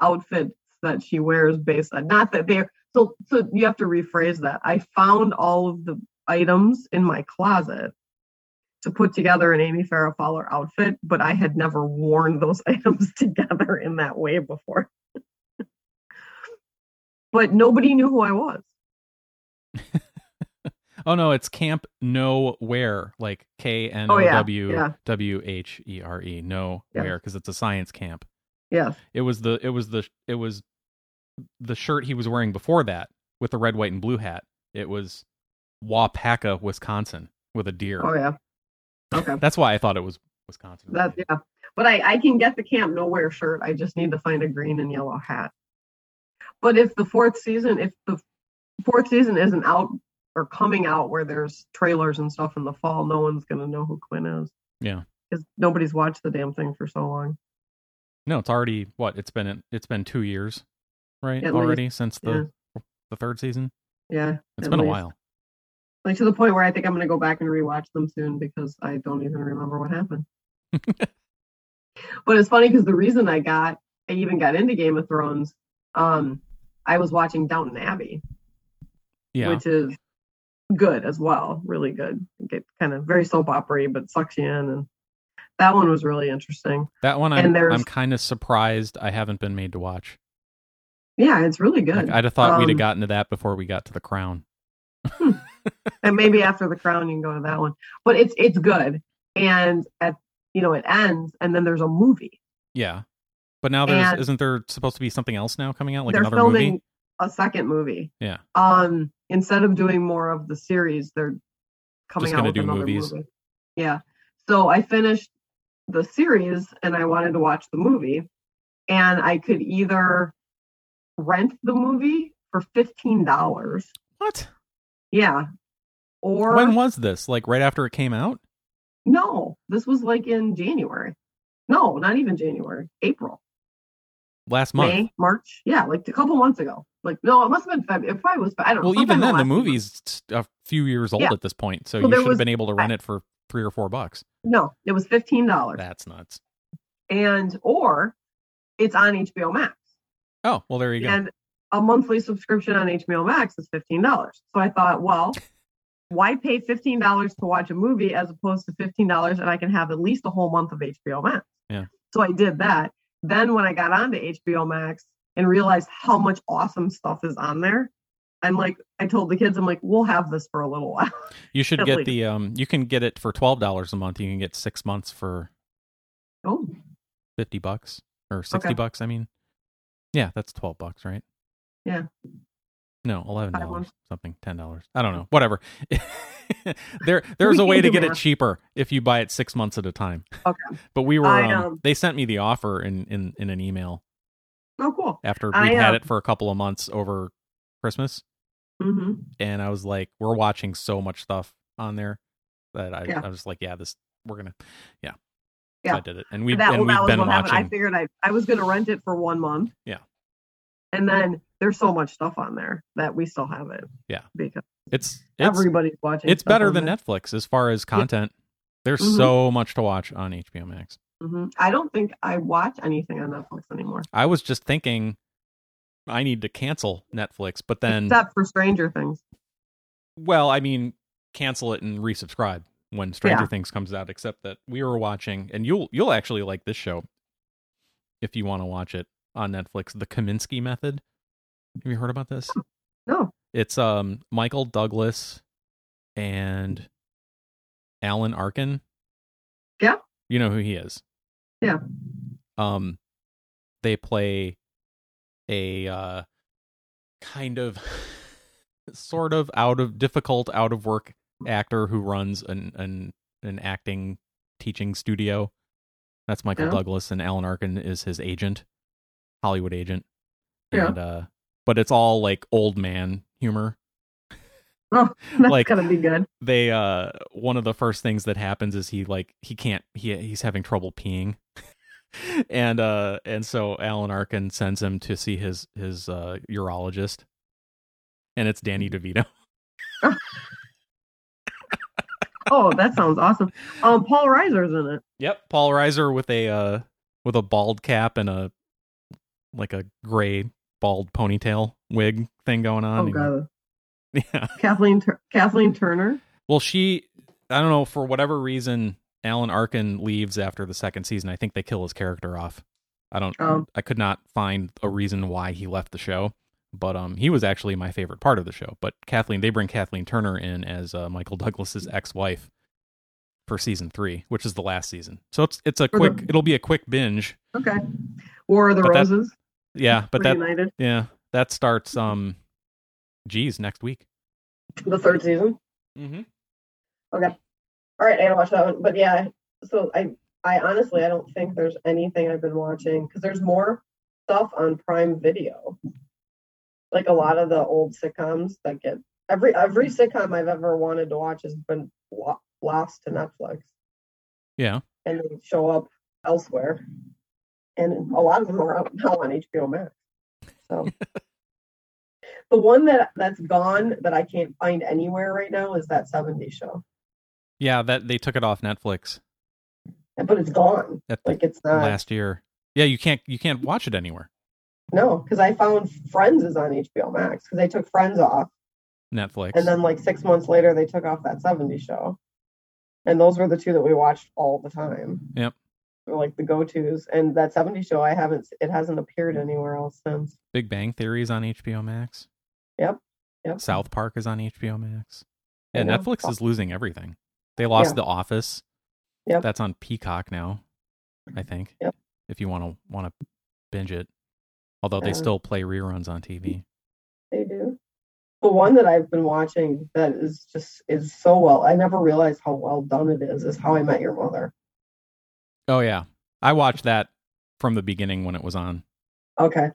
Speaker 1: outfits that she wears based on not that they're so so you have to rephrase that. I found all of the items in my closet to put together an Amy Farrah Fowler outfit, but I had never worn those items together in that way before. but nobody knew who I was.
Speaker 2: Oh, no, it's Camp Nowhere, like K N O
Speaker 1: Oh, yeah,
Speaker 2: W
Speaker 1: yeah.
Speaker 2: W H E R E, Nowhere,
Speaker 1: Yeah.
Speaker 2: because it's a science camp.
Speaker 1: Yes.
Speaker 2: It was the, it was the, it was the shirt he was wearing before that with the red, white, and blue hat. It was Wapaka, Wisconsin, with a deer.
Speaker 1: Oh yeah. Okay.
Speaker 2: That's why I thought it was Wisconsin.
Speaker 1: That yeah. But I, I can get the Camp Nowhere shirt. I just need to find a green and yellow hat. But if the fourth season, if the fourth season isn't out or coming out where there's trailers and stuff in the fall, no one's gonna know who Quinn is.
Speaker 2: Yeah.
Speaker 1: Because nobody's watched the damn thing for so long.
Speaker 2: No, it's already what it's been. It's been two years, right?
Speaker 1: At
Speaker 2: already since the
Speaker 1: Yeah.
Speaker 2: the third season.
Speaker 1: Yeah.
Speaker 2: It's
Speaker 1: At
Speaker 2: been a
Speaker 1: least.
Speaker 2: while.
Speaker 1: Like to the point where I think I'm gonna go back and rewatch them soon because I don't even remember what happened. but it's funny because the reason I got I even got into Game of Thrones, um, I was watching Downton Abbey.
Speaker 2: Yeah,
Speaker 1: which is good as well, really good. Get kind of very soap opery, but sucks you in, and that one was really interesting.
Speaker 2: that one.
Speaker 1: and
Speaker 2: I'm
Speaker 1: there's-
Speaker 2: I'm kind of surprised I haven't been made to watch.
Speaker 1: Yeah, it's really good.
Speaker 2: Like, I'd have thought we'd have
Speaker 1: Um,
Speaker 2: gotten to that before we got to the Crown.
Speaker 1: and maybe after the crown you can go to that one, but it's it's good. And at you know it ends, and then there's a movie.
Speaker 2: Yeah, but now there's
Speaker 1: and-
Speaker 2: isn't there supposed to be something else now coming out like
Speaker 1: They're
Speaker 2: another
Speaker 1: filming
Speaker 2: movie?
Speaker 1: a second movie.
Speaker 2: Yeah.
Speaker 1: Um, instead of doing more of the series, they're coming
Speaker 2: Just
Speaker 1: out
Speaker 2: gonna
Speaker 1: with
Speaker 2: do
Speaker 1: another
Speaker 2: movies.
Speaker 1: movie. Yeah. So I finished the series and I wanted to watch the movie. And I could either rent the movie for fifteen dollars.
Speaker 2: What?
Speaker 1: Yeah. Or
Speaker 2: when was this? Like right after it came out?
Speaker 1: no, this was like in January. No, not even January. April.
Speaker 2: Last month.
Speaker 1: May, March. Yeah, like a couple months ago. Like no, it must have been February. It probably was I don't know.
Speaker 2: Well, even
Speaker 1: sometime
Speaker 2: then, the
Speaker 1: last month.
Speaker 2: movie's t- a few years old
Speaker 1: Yeah.
Speaker 2: at this point, so
Speaker 1: Well,
Speaker 2: you
Speaker 1: there
Speaker 2: should have
Speaker 1: was-
Speaker 2: been able to rent it for three or four bucks.
Speaker 1: No, it was fifteen dollars.
Speaker 2: That's nuts.
Speaker 1: And or it's on HBO Max.
Speaker 2: Oh, well, there you go.
Speaker 1: and a monthly subscription on HBO Max is fifteen dollars. So I thought, well, why pay fifteen dollars to watch a movie as opposed to fifteen dollars and I can have at least a whole month of HBO Max?
Speaker 2: Yeah.
Speaker 1: So I did that. Then when I got onto HBO Max and realized how much awesome stuff is on there, I'm like, I told the kids, I'm like, we'll have this for a little while.
Speaker 2: You should
Speaker 1: at
Speaker 2: get
Speaker 1: least.
Speaker 2: the um. You can get it for twelve dollars a month. You can get six months for
Speaker 1: oh,
Speaker 2: fifty bucks or sixty
Speaker 1: Okay.
Speaker 2: bucks. I mean, yeah, that's twelve bucks, right?
Speaker 1: Yeah.
Speaker 2: No, eleven
Speaker 1: Five
Speaker 2: dollars
Speaker 1: months.
Speaker 2: something, ten dollars. I don't know. Whatever. there, there's a
Speaker 1: We
Speaker 2: way
Speaker 1: can
Speaker 2: to
Speaker 1: do
Speaker 2: get it
Speaker 1: math.
Speaker 2: cheaper if you buy it six months at a time.
Speaker 1: Okay.
Speaker 2: But we were.
Speaker 1: I,
Speaker 2: um,
Speaker 1: um,
Speaker 2: they sent me the offer in in in an email
Speaker 1: oh, cool.
Speaker 2: after we
Speaker 1: I,
Speaker 2: had
Speaker 1: um,
Speaker 2: it for a couple of months over Christmas,
Speaker 1: hmm
Speaker 2: and I was like, we're watching so much stuff on there that I,
Speaker 1: Yeah.
Speaker 2: I was like, yeah, this we're gonna, yeah,
Speaker 1: Yeah.
Speaker 2: So I did it, and we've
Speaker 1: that,
Speaker 2: and
Speaker 1: well, that was
Speaker 2: we've been
Speaker 1: what
Speaker 2: watching.
Speaker 1: happened. I figured I, I was going to rent it for one month.
Speaker 2: Yeah.
Speaker 1: And then there's so much stuff on there that we still have it.
Speaker 2: Yeah.
Speaker 1: Because
Speaker 2: it's it's
Speaker 1: everybody's watching.
Speaker 2: it's
Speaker 1: stuff
Speaker 2: better
Speaker 1: on
Speaker 2: than
Speaker 1: there.
Speaker 2: Netflix as far as content. There's
Speaker 1: Mhm.
Speaker 2: so much to watch on HBO Max.
Speaker 1: Mhm. I don't think I watch anything on Netflix anymore,
Speaker 2: I was just thinking, I need to cancel Netflix, but then,
Speaker 1: except for Stranger Things.
Speaker 2: well, I mean, cancel it and resubscribe when Stranger
Speaker 1: Yeah.
Speaker 2: Things comes out. Except that we were watching, and you'll you'll actually like this show if you want to watch it on Netflix. The Kaminsky Method. Have you heard about this?
Speaker 1: No.
Speaker 2: It's um Michael Douglas and Alan Arkin.
Speaker 1: Yeah.
Speaker 2: You know who he is.
Speaker 1: Yeah.
Speaker 2: Um they play a uh kind of sort of out of difficult out of work actor who runs an an an acting teaching studio. That's Michael
Speaker 1: Yeah.
Speaker 2: Douglas and Alan Arkin is his agent, Hollywood agent.
Speaker 1: Yeah.
Speaker 2: And uh but it's all like old man humor
Speaker 1: That's
Speaker 2: Like-
Speaker 1: gonna be good.
Speaker 2: they uh one of the first things that happens is he like he can't he he's having trouble peeing and uh and so alan arkin sends him to see his his uh urologist and it's danny devito
Speaker 1: Oh, that sounds awesome. Um, Paul Reiser's in it.
Speaker 2: yep paul reiser with a uh with a bald cap and a like a gray bald ponytail wig thing going on
Speaker 1: Oh god,
Speaker 2: yeah
Speaker 1: Kathleen Tur- Kathleen Turner.
Speaker 2: Well, she, I don't know, for whatever reason, Alan Arkin leaves after the second season. I think they kill his character off. I don't,
Speaker 1: Um.
Speaker 2: I could not find a reason why he left the show, but um, he was actually my favorite part of the show. But Kathleen, they bring Kathleen Turner in as uh, Michael Douglas's ex-wife for season three, which is the last season. So it's it's a
Speaker 1: For the-
Speaker 2: quick, it'll be a quick binge.
Speaker 1: Okay, War of the
Speaker 2: But that-
Speaker 1: Roses.
Speaker 2: Yeah, but that,
Speaker 1: reunited
Speaker 2: yeah, that starts um, geez, next week.
Speaker 1: the third season.
Speaker 2: Mm-hmm.
Speaker 1: All right, I gotta watch that one. But yeah, so I I honestly I don't think there's anything I've been watching because there's more stuff on Prime Video. Like a lot of the old sitcoms that get every every sitcom I've ever wanted to watch has been lo- lost to Netflix
Speaker 2: Yeah.
Speaker 1: and they show up elsewhere. And a lot of them are out now on HBO Max. So the one that that's gone that I can't find anywhere right now is that 70s show.
Speaker 2: Yeah, that they took it off Netflix
Speaker 1: But it's gone.
Speaker 2: at the
Speaker 1: Like it's not
Speaker 2: last year. Yeah, you can't you can't watch it anywhere.
Speaker 1: no, because I found Friends is on HBO Max because they took Friends off,
Speaker 2: Netflix.
Speaker 1: and then like six months later they took off that '70s show, and those were the two that we watched all the time.
Speaker 2: Yep.
Speaker 1: They were like the go-to's, and that '70s show I haven't it hasn't appeared anywhere else since.
Speaker 2: Big Bang Theory is on HBO Max.
Speaker 1: Yep, yep.
Speaker 2: South Park is on HBO Max.
Speaker 1: I
Speaker 2: Yeah,
Speaker 1: know.
Speaker 2: Netflix is losing everything. They lost
Speaker 1: Yeah.
Speaker 2: The Office.
Speaker 1: Yep.
Speaker 2: That's on Peacock now, I think.
Speaker 1: Yep.
Speaker 2: If you want to want to
Speaker 1: Uh-huh.
Speaker 2: binge it. Although they
Speaker 1: Yeah.
Speaker 2: still play reruns on TV.
Speaker 1: They do. the one that I've been watching that is just is so well. I never realized how well done it is. Is How I Met Your Mother.
Speaker 2: Oh yeah, I watched that from the beginning when it was on.
Speaker 1: Okay,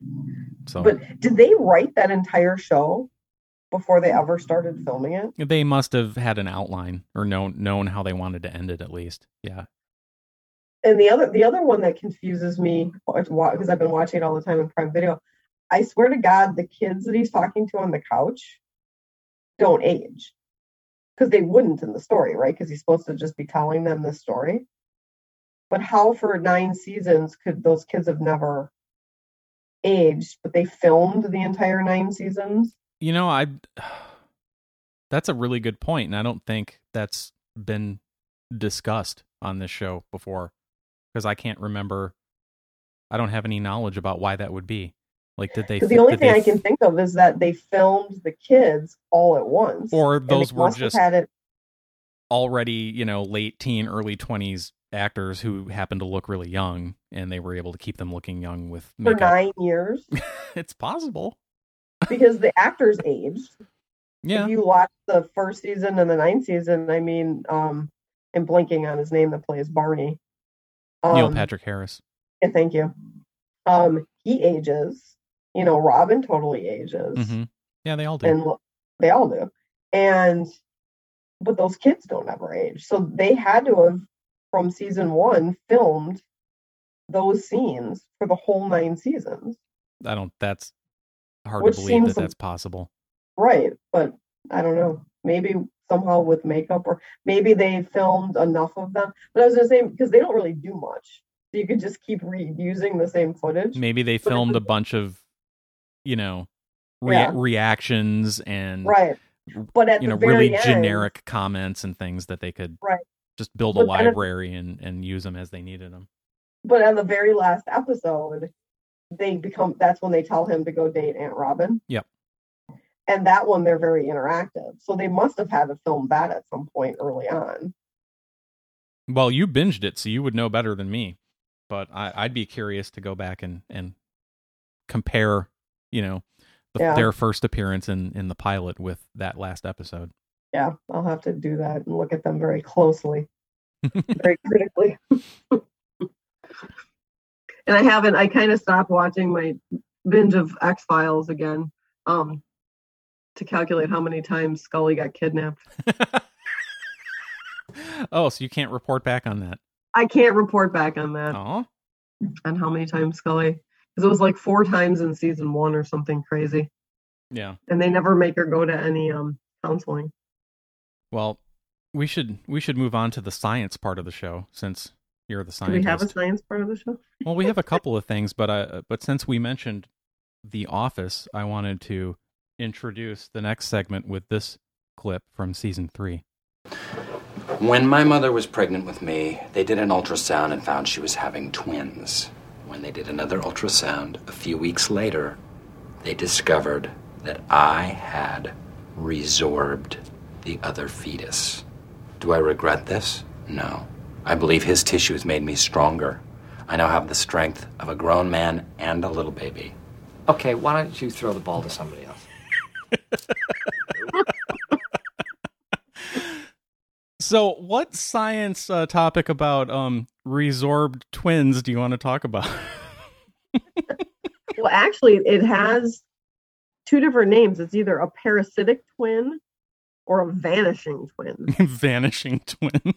Speaker 2: So
Speaker 1: but did they write that entire show before they ever started filming it?
Speaker 2: they must have had an outline or known known how they wanted to end it at least. Yeah.
Speaker 1: And the other the other one that confuses me because I've been watching it all the time on Prime Video. I swear to God, the kids that he's talking to on the couch don't age because they wouldn't in the story, right? Because he's supposed to just be telling them the story. But how for nine seasons could those kids have never aged? But they filmed the entire nine seasons.
Speaker 2: You know, I That's a really good point and I don't think that's been discussed on this show before because I can't remember I don't have any knowledge about why that would be. Like did they
Speaker 1: Because the only
Speaker 2: did
Speaker 1: thing
Speaker 2: they-
Speaker 1: I can think of is that they filmed the kids all at once.
Speaker 2: or
Speaker 1: And they
Speaker 2: those were
Speaker 1: must have
Speaker 2: just
Speaker 1: had it
Speaker 2: already, you know, late teen, early 20s actors who happened to look really young and they were able to keep them looking young with
Speaker 1: for
Speaker 2: makeup.
Speaker 1: nine years.
Speaker 2: It's possible.
Speaker 1: because the actors aged.
Speaker 2: Yeah.
Speaker 1: If you watch the first season and the ninth season, I mean, um, I'm blanking on his name that plays Barney. Um,
Speaker 2: Neil Patrick Harris.
Speaker 1: yeah, thank you. Um, he ages. You know, Robin totally ages,
Speaker 2: hmm Yeah, they all do.
Speaker 1: and lo- they all do. And but those kids don't ever age, so they had to have from season one filmed those scenes for the whole nine seasons.
Speaker 2: I don't. That's hard
Speaker 1: Which
Speaker 2: to believe that
Speaker 1: seems-
Speaker 2: that's possible.
Speaker 1: Right, but I don't know. Maybe somehow with makeup, or maybe they filmed enough of them. But I was just saying because they don't really do much, so you could just keep reusing the same footage.
Speaker 2: Maybe they
Speaker 1: But it
Speaker 2: filmed a
Speaker 1: was-
Speaker 2: bunch of, you know, rea-
Speaker 1: Yeah.
Speaker 2: reactions and
Speaker 1: Right, but at
Speaker 2: you
Speaker 1: the
Speaker 2: know
Speaker 1: very
Speaker 2: really
Speaker 1: end,
Speaker 2: generic comments and things that they could
Speaker 1: Right.
Speaker 2: just build a
Speaker 1: But then if-
Speaker 2: library and and use them as they needed them.
Speaker 1: But on the very last episode, they become. That's when they tell him to go date Aunt Robin.
Speaker 2: Yep.
Speaker 1: And that one, they're very interactive, so they must have had to film that at some point early on.
Speaker 2: Well, you binged it, so you would know better than me. But I, I'd be curious to go back and and compare, you know, the,
Speaker 1: Yeah.
Speaker 2: their first appearance in in the pilot with that last episode.
Speaker 1: Yeah, I'll have to do that and look at them very closely, very critically.
Speaker 4: and I haven't. I kind of stopped watching my binge of X Files again um, to calculate how many times Scully got kidnapped.
Speaker 2: oh, so you can't report back on that?
Speaker 4: I can't report back on
Speaker 1: Uh.
Speaker 4: that
Speaker 2: Oh,
Speaker 4: on how many times Scully because it was like four times in season one or something crazy,
Speaker 2: yeah.
Speaker 4: and they never make her go to any um counseling.
Speaker 2: Well, we should we should move on to the science part of the show since you're the
Speaker 4: Do
Speaker 2: scientist.
Speaker 4: we have a science part of the show?
Speaker 2: well, we have a couple of things, but uh, but since we mentioned the office, I wanted to introduce the next segment with this clip from season 3.
Speaker 5: When my mother was pregnant with me, they did an ultrasound and found she was having twins. When they did another ultrasound a few weeks later, they discovered that I had resorbed the other fetus. Do I regret this? No. I believe his tissues made me stronger. I now have the strength of a grown man and a little baby.
Speaker 6: Okay, why don't you throw the ball to somebody else?
Speaker 2: So, what science uh, topic about um resorbed twins do you want to talk about?
Speaker 4: Well, actually, it has two different names. It's either a parasitic twin or a vanishing twin.
Speaker 2: Vanishing twin.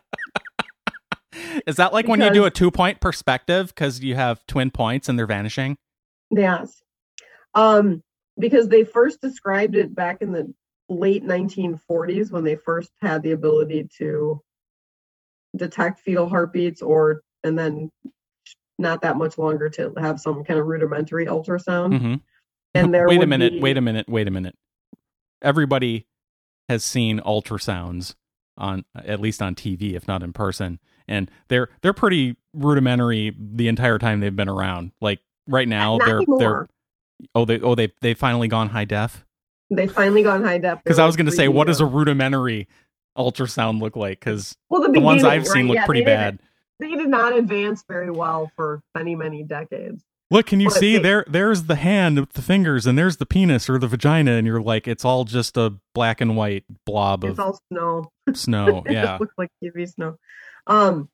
Speaker 2: Is that like when you do
Speaker 4: Because-
Speaker 2: a two point perspective because you have twin points and they're vanishing?
Speaker 4: Yes. Um, because they first described it back in the late 1940s when they first had the ability to detect fetal heartbeats or and then not that much longer to have some kind of rudimentary ultrasound
Speaker 2: Mm-hmm.
Speaker 4: and there
Speaker 2: wait a
Speaker 4: would
Speaker 2: minute,
Speaker 4: be-
Speaker 2: wait a minute, wait a minute. Everybody has seen ultrasounds on at least on TV, if not in person, and they're they're pretty rudimentary the entire time they've been around. Like right now,
Speaker 4: Not
Speaker 2: they're
Speaker 4: anymore.
Speaker 2: they're oh they oh they they finally gone high def
Speaker 4: they finally got high def
Speaker 2: because I was going to say what does
Speaker 4: is
Speaker 2: a rudimentary ultrasound look like because
Speaker 4: well,
Speaker 2: the ones
Speaker 4: beginning,
Speaker 2: I've seen
Speaker 4: right?
Speaker 2: look
Speaker 4: Yeah,
Speaker 2: pretty
Speaker 4: they didn't-
Speaker 2: bad.
Speaker 4: they did not advance very well for many many decades
Speaker 2: Look, can you
Speaker 1: What,
Speaker 2: see
Speaker 1: wait.
Speaker 2: there? There's the hand with the fingers, and there's the penis or the vagina, and you're like, it's all just a black and white blob
Speaker 1: It's
Speaker 2: of
Speaker 1: all snow.
Speaker 2: snow.
Speaker 1: it
Speaker 2: Yeah,
Speaker 1: just looks like UV snow. Um,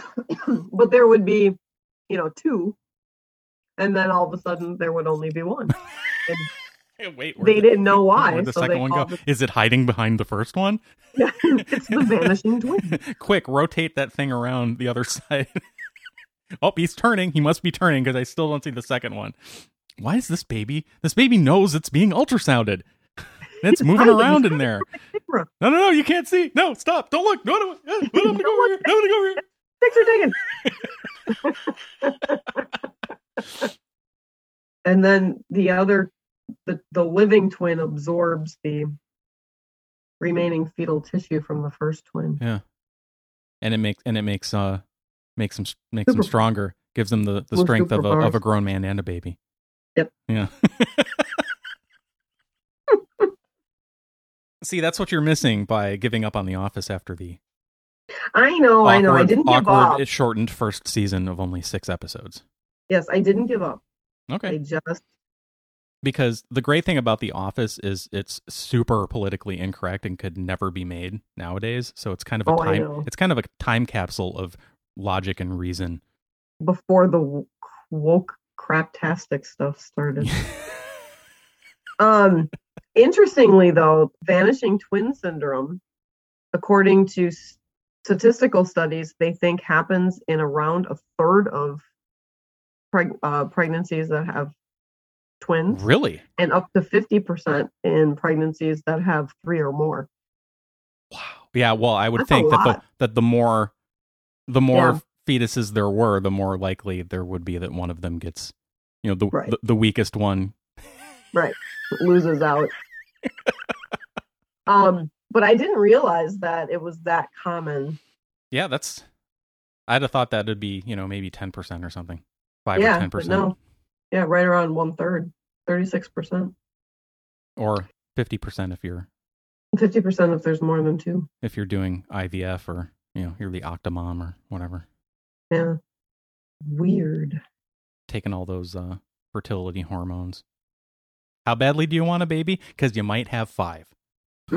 Speaker 1: but there would be, you know, two, and then all of a sudden there would only be one.
Speaker 2: Hey, wait,
Speaker 1: they didn't know why,
Speaker 2: Where'd the
Speaker 1: so
Speaker 2: second
Speaker 1: they
Speaker 2: one go?
Speaker 1: called
Speaker 2: Is it hiding behind the first one?
Speaker 1: it- it's the vanishing twin.
Speaker 2: Quick, rotate that thing around the other side. oh, he's turning. He must be turning because I still don't see the second one. Why is this baby? This baby knows it's being ultrasounded. It's moving
Speaker 1: hiding.
Speaker 2: around in there.
Speaker 1: Camera.
Speaker 2: No, no, no! You can't see. No, stop! Don't look. No, no, no, I'm gonna go over here. I'm gonna go over here.
Speaker 1: Picture taken. and then the other, the, the living twin absorbs the remaining fetal tissue from the first twin.
Speaker 2: and it makes and it makes uh makes them makes them
Speaker 1: Super-
Speaker 2: stronger gives them the, the
Speaker 1: Little
Speaker 2: strength of a, of a
Speaker 1: superpowers.
Speaker 2: grown man and a baby
Speaker 1: Yep.
Speaker 2: yeah see that's what you're missing by giving up on the office after the
Speaker 1: I know, Oh, I know. I
Speaker 2: awkward-
Speaker 1: didn't give
Speaker 2: awkward
Speaker 1: up.
Speaker 2: it shortened first season of only six episodes
Speaker 1: Yes, I didn't give up. I
Speaker 2: okay
Speaker 1: just
Speaker 2: because the great thing about the office is it's super politically incorrect and could never be made nowadays so it's kind of a
Speaker 1: Oh, I
Speaker 2: time
Speaker 1: know.
Speaker 2: it's kind of a time capsule of logic and reason
Speaker 1: before the w- woke craptastic stuff started. Um, interestingly, though, vanishing twin syndrome, according to s- statistical studies, they think happens in around a third of preg- uh, pregnancies that have twins,
Speaker 2: really
Speaker 1: and up to fifty percent in pregnancies that have three or more.
Speaker 2: Wow. Yeah. Well, I would
Speaker 1: That's a
Speaker 2: think that the
Speaker 1: lot.
Speaker 2: that the more the more
Speaker 1: Yeah.
Speaker 2: fetuses there were, the more likely there would be that one of them gets, you know, the
Speaker 1: Right.
Speaker 2: the, the weakest one.
Speaker 1: loses out. um, but I didn't realize that it was that common.
Speaker 2: Yeah, that's. I'd have thought that'd be you know maybe ten percent or something, five or
Speaker 1: yeah,
Speaker 2: ten
Speaker 1: but
Speaker 2: percent,
Speaker 1: no, yeah, right around one third, thirty six percent,
Speaker 2: or fifty percent if you're
Speaker 1: fifty percent if there's more than two.
Speaker 2: if you're doing IVF or you know you're the octomom or whatever,
Speaker 1: Yeah, weird.
Speaker 2: taking all those uh, fertility hormones. How badly do you want a baby? Because you might have five.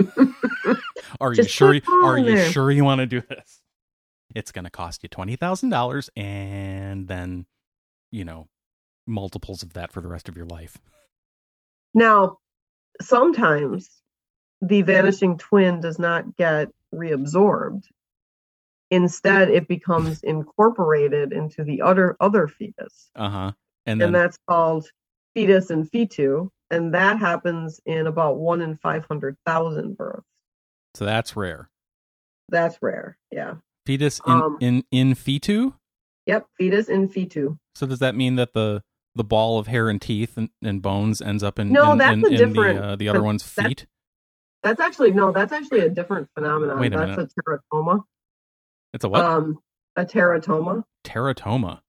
Speaker 2: Are you
Speaker 1: Just
Speaker 2: sure?
Speaker 1: put it
Speaker 2: are
Speaker 1: on
Speaker 2: you
Speaker 1: there.
Speaker 2: sure you want to do this? It's going to cost you twenty thousand dollars, and then you know multiples of that for the rest of your life.
Speaker 1: Now, sometimes the vanishing twin does not get reabsorbed. Instead, it becomes incorporated into the other other fetus.
Speaker 2: Uh huh. And then
Speaker 1: and that's called fetus and fetu, and that happens in about one in five hundred thousand births.
Speaker 2: so that's rare.
Speaker 1: That's rare. Yeah.
Speaker 2: Fetus in
Speaker 1: Um,
Speaker 2: in in fetu.
Speaker 1: Yep. Fetus in fetu.
Speaker 2: So does that mean that the the ball of hair and teeth and, and bones ends up in
Speaker 1: No,
Speaker 2: in,
Speaker 1: that's
Speaker 2: in,
Speaker 1: a
Speaker 2: in
Speaker 1: different-
Speaker 2: the uh, the other one's
Speaker 1: that's-
Speaker 2: feet?
Speaker 1: That's actually no. That's actually a different phenomenon.
Speaker 2: Wait a
Speaker 1: that's
Speaker 2: minute.
Speaker 1: a teratoma.
Speaker 2: It's a what?
Speaker 1: Um, a teratoma.
Speaker 2: Teratoma.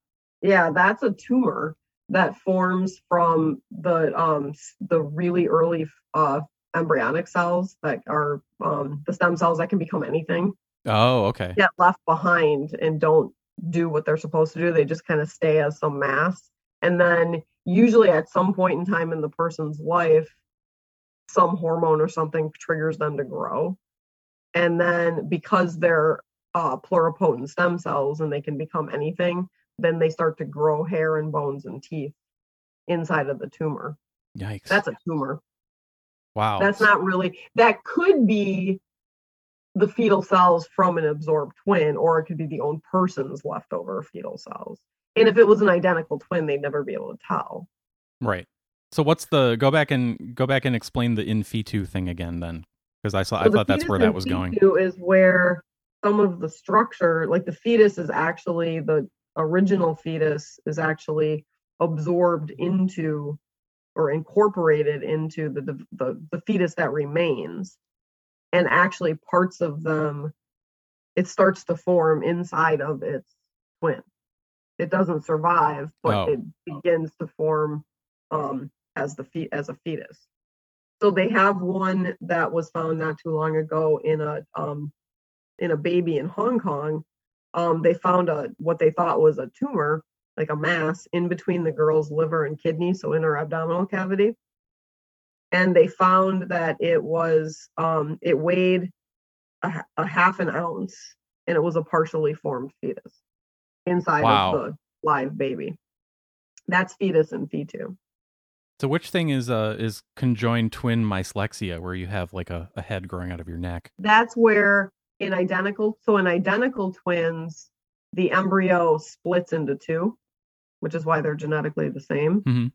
Speaker 1: Yeah, that's a tumor that forms from the um s- the really early uh embryonic cells that are um the stem cells that can become anything.
Speaker 2: Oh, okay.
Speaker 1: get left behind and don't do what they're supposed to do. They just kind of stay as some mass. And then usually at some point in time in the person's life, some hormone or something triggers them to grow. And then because they're uh, pluripotent stem cells and they can become anything, then they start to grow hair and bones and teeth inside of the tumor.
Speaker 2: Yikes.
Speaker 1: That's a tumor.
Speaker 2: wow.
Speaker 1: That's not really, that could be the fetal cells from an absorbed twin, or it could be the own person's leftover fetal cells. And if it was an identical twin, they'd never be able to tell.
Speaker 2: Right. So what's the go back and go back and explain the in fetu thing again then? Because I saw I
Speaker 1: So the
Speaker 2: thought that's
Speaker 1: fetus
Speaker 2: where that
Speaker 1: in
Speaker 2: was going.
Speaker 1: situ Is where some of the structure, like the fetus, is actually the original fetus is actually absorbed into or incorporated into the the, the, the fetus that remains, and actually parts of them it starts to form inside of its twin. It doesn't survive, but
Speaker 2: Oh.
Speaker 1: it begins to form um, as the fe- as a fetus. So they have one that was found not too long ago in a um, in a baby in Hong Kong. Um, they found a what they thought was a tumor, like a mass in between the girl's liver and kidney, so in her abdominal cavity. And they found that it was um, it weighed a, h- a half an ounce, and it was a partially formed fetus inside
Speaker 2: Wow.
Speaker 1: of the live baby. That's fetus and fetu.
Speaker 2: So which thing is uh is conjoined twin myslexia, where you have like a, a head growing out of your neck?
Speaker 1: that's where in identical so in identical twins the embryo splits into two which is why they're genetically the same
Speaker 2: Mhm.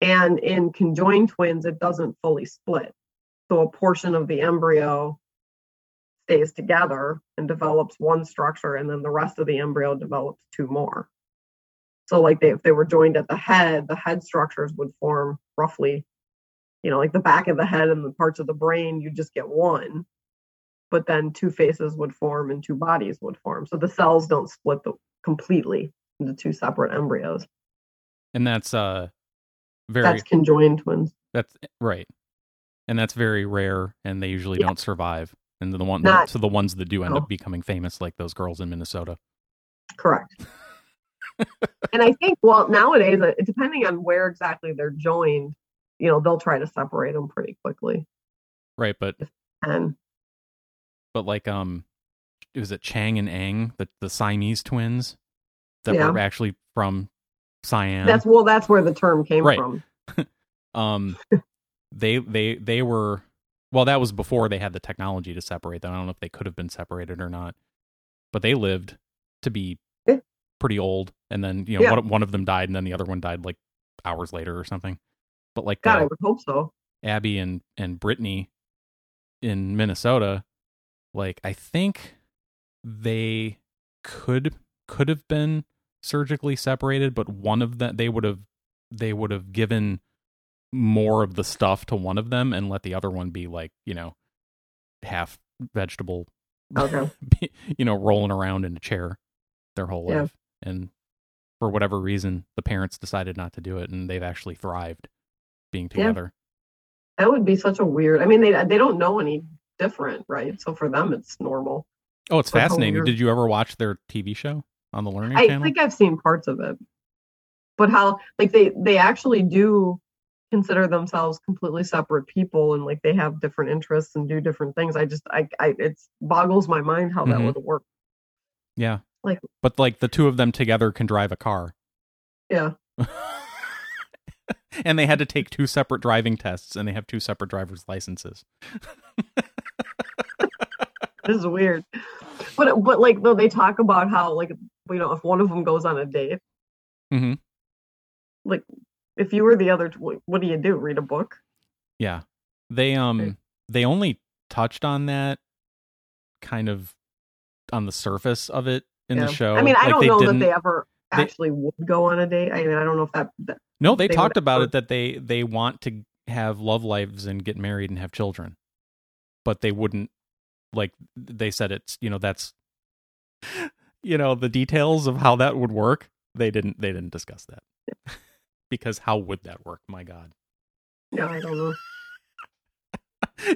Speaker 1: and in conjoined twins it doesn't fully split so a portion of the embryo stays together and develops one structure and then the rest of the embryo develops two more so like they, if they were joined at the head the head structures would form roughly you know like the back of the head and the parts of the brain you just get one but then two faces would form and two bodies would form. So the cells don't split the, completely into two separate embryos.
Speaker 2: And that's uh very
Speaker 1: That's conjoined twins.
Speaker 2: That's right, and that's very rare, and they usually
Speaker 1: Yeah.
Speaker 2: don't survive. And the one,
Speaker 1: Not-
Speaker 2: so the ones that do end
Speaker 1: No.
Speaker 2: up becoming famous, like those girls in Minnesota.
Speaker 1: Correct. and I think, well, nowadays, uh, depending on where exactly they're joined, you know, they'll try to separate them pretty quickly.
Speaker 2: Right, but
Speaker 1: And
Speaker 2: but like um, was it Chang and Ang, the the Siamese twins that
Speaker 1: Yeah.
Speaker 2: were actually from Siam?
Speaker 1: that's, well, that's where the term came
Speaker 2: Right.
Speaker 1: from.
Speaker 2: um, they they they were well, that was before they had the technology to separate them. I don't know if they could have been separated or not, but they lived to be
Speaker 1: Yeah.
Speaker 2: pretty old, and then you know
Speaker 1: Yeah.
Speaker 2: one one of them died, and then the other one died like hours later or something. But like
Speaker 1: God,
Speaker 2: the-
Speaker 1: I would hope so.
Speaker 2: Abby and and Brittany in Minnesota, like I think they could could have been surgically separated, but one of them they would have they would have given more of the stuff to one of them and let the other one be like you know half vegetable,
Speaker 1: Okay.
Speaker 2: you know rolling around in a chair their whole
Speaker 1: Yeah.
Speaker 2: life and. For whatever reason, the parents decided not to do it, and they've actually thrived being
Speaker 1: Yeah.
Speaker 2: together.
Speaker 1: That would be such a weird, I mean, they, they don't know any different, right? So for them, it's normal.
Speaker 2: Oh, it's
Speaker 1: Or how
Speaker 2: fascinating.
Speaker 1: weird.
Speaker 2: Did you ever watch their TV show on the Learning
Speaker 1: I
Speaker 2: Channel?
Speaker 1: think I've seen parts of it, but how like they they actually do consider themselves completely separate people and like they have different interests and do different things. I just I I it boggles my mind how
Speaker 2: Mhm.
Speaker 1: that would work.
Speaker 2: yeah.
Speaker 1: like-
Speaker 2: but like the two of them together can drive a car.
Speaker 1: Yeah.
Speaker 2: and they had to take two separate driving tests and they have two separate driver's licenses.
Speaker 1: This is weird, but but like though they talk about how like you know if one of them goes on a date,
Speaker 2: Mhm.
Speaker 1: like if you were the other, tw- what do you do? Read a book?
Speaker 2: Yeah. They um
Speaker 1: Right.
Speaker 2: they only touched on that kind of on the surface of it in
Speaker 1: Yeah.
Speaker 2: the show.
Speaker 1: I mean, I
Speaker 2: Like,
Speaker 1: don't know
Speaker 2: didn't-
Speaker 1: that they ever
Speaker 2: they-
Speaker 1: actually would go on a date. I mean, I don't know if that, that
Speaker 2: No, they,
Speaker 1: they would
Speaker 2: talked about
Speaker 1: ever-
Speaker 2: it that they they want to have love lives and get married and have children, but they wouldn't like they said it's you know that's you know the details of how that would work. They didn't they didn't discuss that because how would that work? My God,
Speaker 1: yeah, I don't know.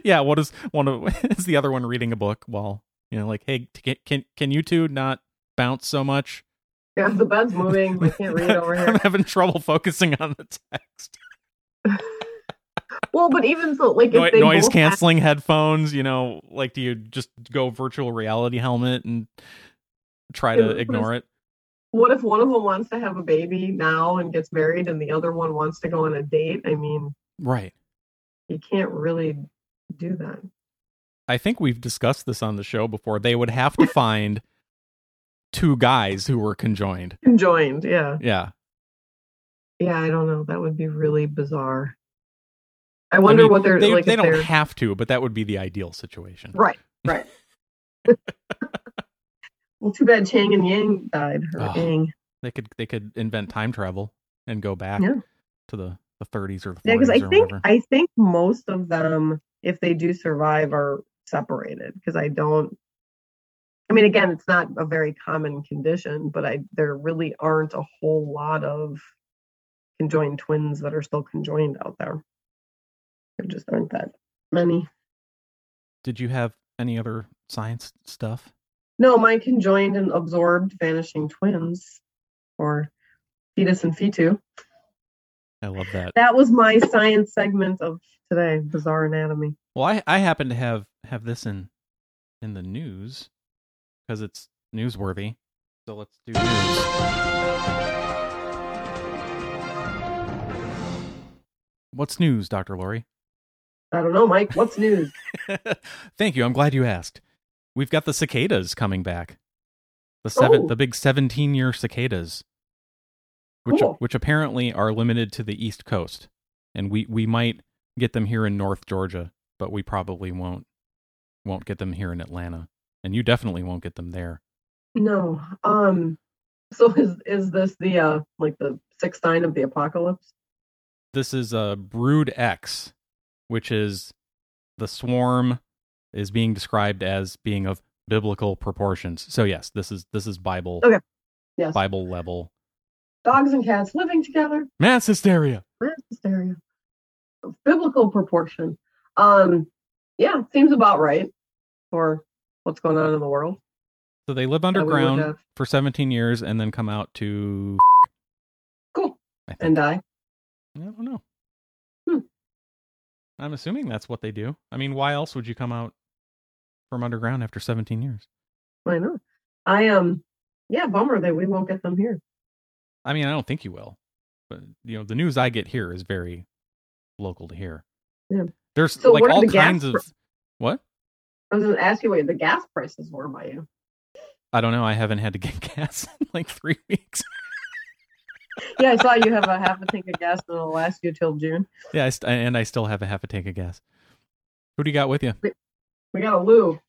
Speaker 2: yeah. What is one of is the other one reading a book? Well, you know, like hey, t- can can you two not bounce so much?
Speaker 1: Yeah, the bed's moving. I can't read over
Speaker 2: I'm
Speaker 1: here.
Speaker 2: having trouble focusing on the text.
Speaker 1: Well, but even so, like
Speaker 2: Noi-
Speaker 1: if they
Speaker 2: noise
Speaker 1: both had-
Speaker 2: canceling headphones you know like do you just go virtual reality helmet and try to
Speaker 1: Yeah,
Speaker 2: ignore it
Speaker 1: what if one of them wants to have a baby now and gets married, and the other one wants to go on a date? I mean,
Speaker 2: right
Speaker 1: you can't really do that.
Speaker 2: i think we've discussed this on the show before they would have to find two guys who were conjoined
Speaker 1: Conjoined, yeah,
Speaker 2: yeah
Speaker 1: yeah. I don't know. That would be really bizarre. I wonder
Speaker 2: I mean,
Speaker 1: what they're
Speaker 2: they,
Speaker 1: like.
Speaker 2: they
Speaker 1: if
Speaker 2: don't
Speaker 1: they're-
Speaker 2: have to but that would be the ideal situation
Speaker 1: right, right. well, too bad Chang and Yang died. Or
Speaker 2: Ugh.
Speaker 1: Yang.
Speaker 2: they could they could invent time travel and go back
Speaker 1: Yeah.
Speaker 2: to the the 30s or the 40s
Speaker 1: Yeah, because I
Speaker 2: or
Speaker 1: think
Speaker 2: whatever
Speaker 1: I think most of them, if they do survive, are separated. Because I don't. I mean, again, it's not a very common condition, but I there really aren't a whole lot of conjoined twins that are still conjoined out there. There just aren't that many.
Speaker 2: did you have any other science stuff
Speaker 1: No, my conjoined and absorbed vanishing twins, or fetus and fetu.
Speaker 2: I love that.
Speaker 1: That was my science segment of today, bizarre anatomy.
Speaker 2: Well, I, I happen to have have this in in the news because it's newsworthy. So let's do news. What's news, Dr. Lori?
Speaker 1: I don't know, Mike. What's news?
Speaker 2: Thank you. I'm glad you asked. We've got the cicadas coming back. The seven,
Speaker 1: Oh.
Speaker 2: the big 17 year cicadas, which
Speaker 1: Cool.
Speaker 2: which apparently are limited to the East Coast, and we we might get them here in North Georgia, but we probably won't won't get them here in Atlanta, and you definitely won't get them there.
Speaker 1: No. Um. So is is this the uh like the sixth sign of the apocalypse?
Speaker 2: This is uh, Brood X, which is the swarm is being described as being of biblical proportions. So yes, this is this is Bible
Speaker 1: Okay. Yes.
Speaker 2: Bible level
Speaker 1: Dogs and cats living together.
Speaker 2: mass hysteria.
Speaker 1: Mass hysteria. Biblical proportion. Um. Yeah, seems about right for what's going on in the world.
Speaker 2: So they live
Speaker 1: That we would
Speaker 2: underground
Speaker 1: have.
Speaker 2: for 17 years and then come out to
Speaker 1: Cool.
Speaker 2: I think
Speaker 1: And I.
Speaker 2: I don't know.
Speaker 1: Hmm.
Speaker 2: I'm assuming that's what they do. I mean, why else would you come out from underground after 17 years?
Speaker 1: Why not? I um. Yeah, bummer that we won't get them here.
Speaker 2: I mean, I don't think you will. But you know, the news I get here is very local to here.
Speaker 1: Yeah.
Speaker 2: There's
Speaker 1: So
Speaker 2: like
Speaker 1: what are
Speaker 2: all
Speaker 1: the gas
Speaker 2: kinds of
Speaker 1: pr-
Speaker 2: what?
Speaker 1: I was going to ask you what the gas prices were by you.
Speaker 2: I don't know. I haven't had to get gas in like three weeks.
Speaker 1: Yeah, I saw you have a half a tank of gas that'll last you till June.
Speaker 2: yeah, I st- and I still have a half a tank of gas. Who do you got with you?
Speaker 1: We got a Lou.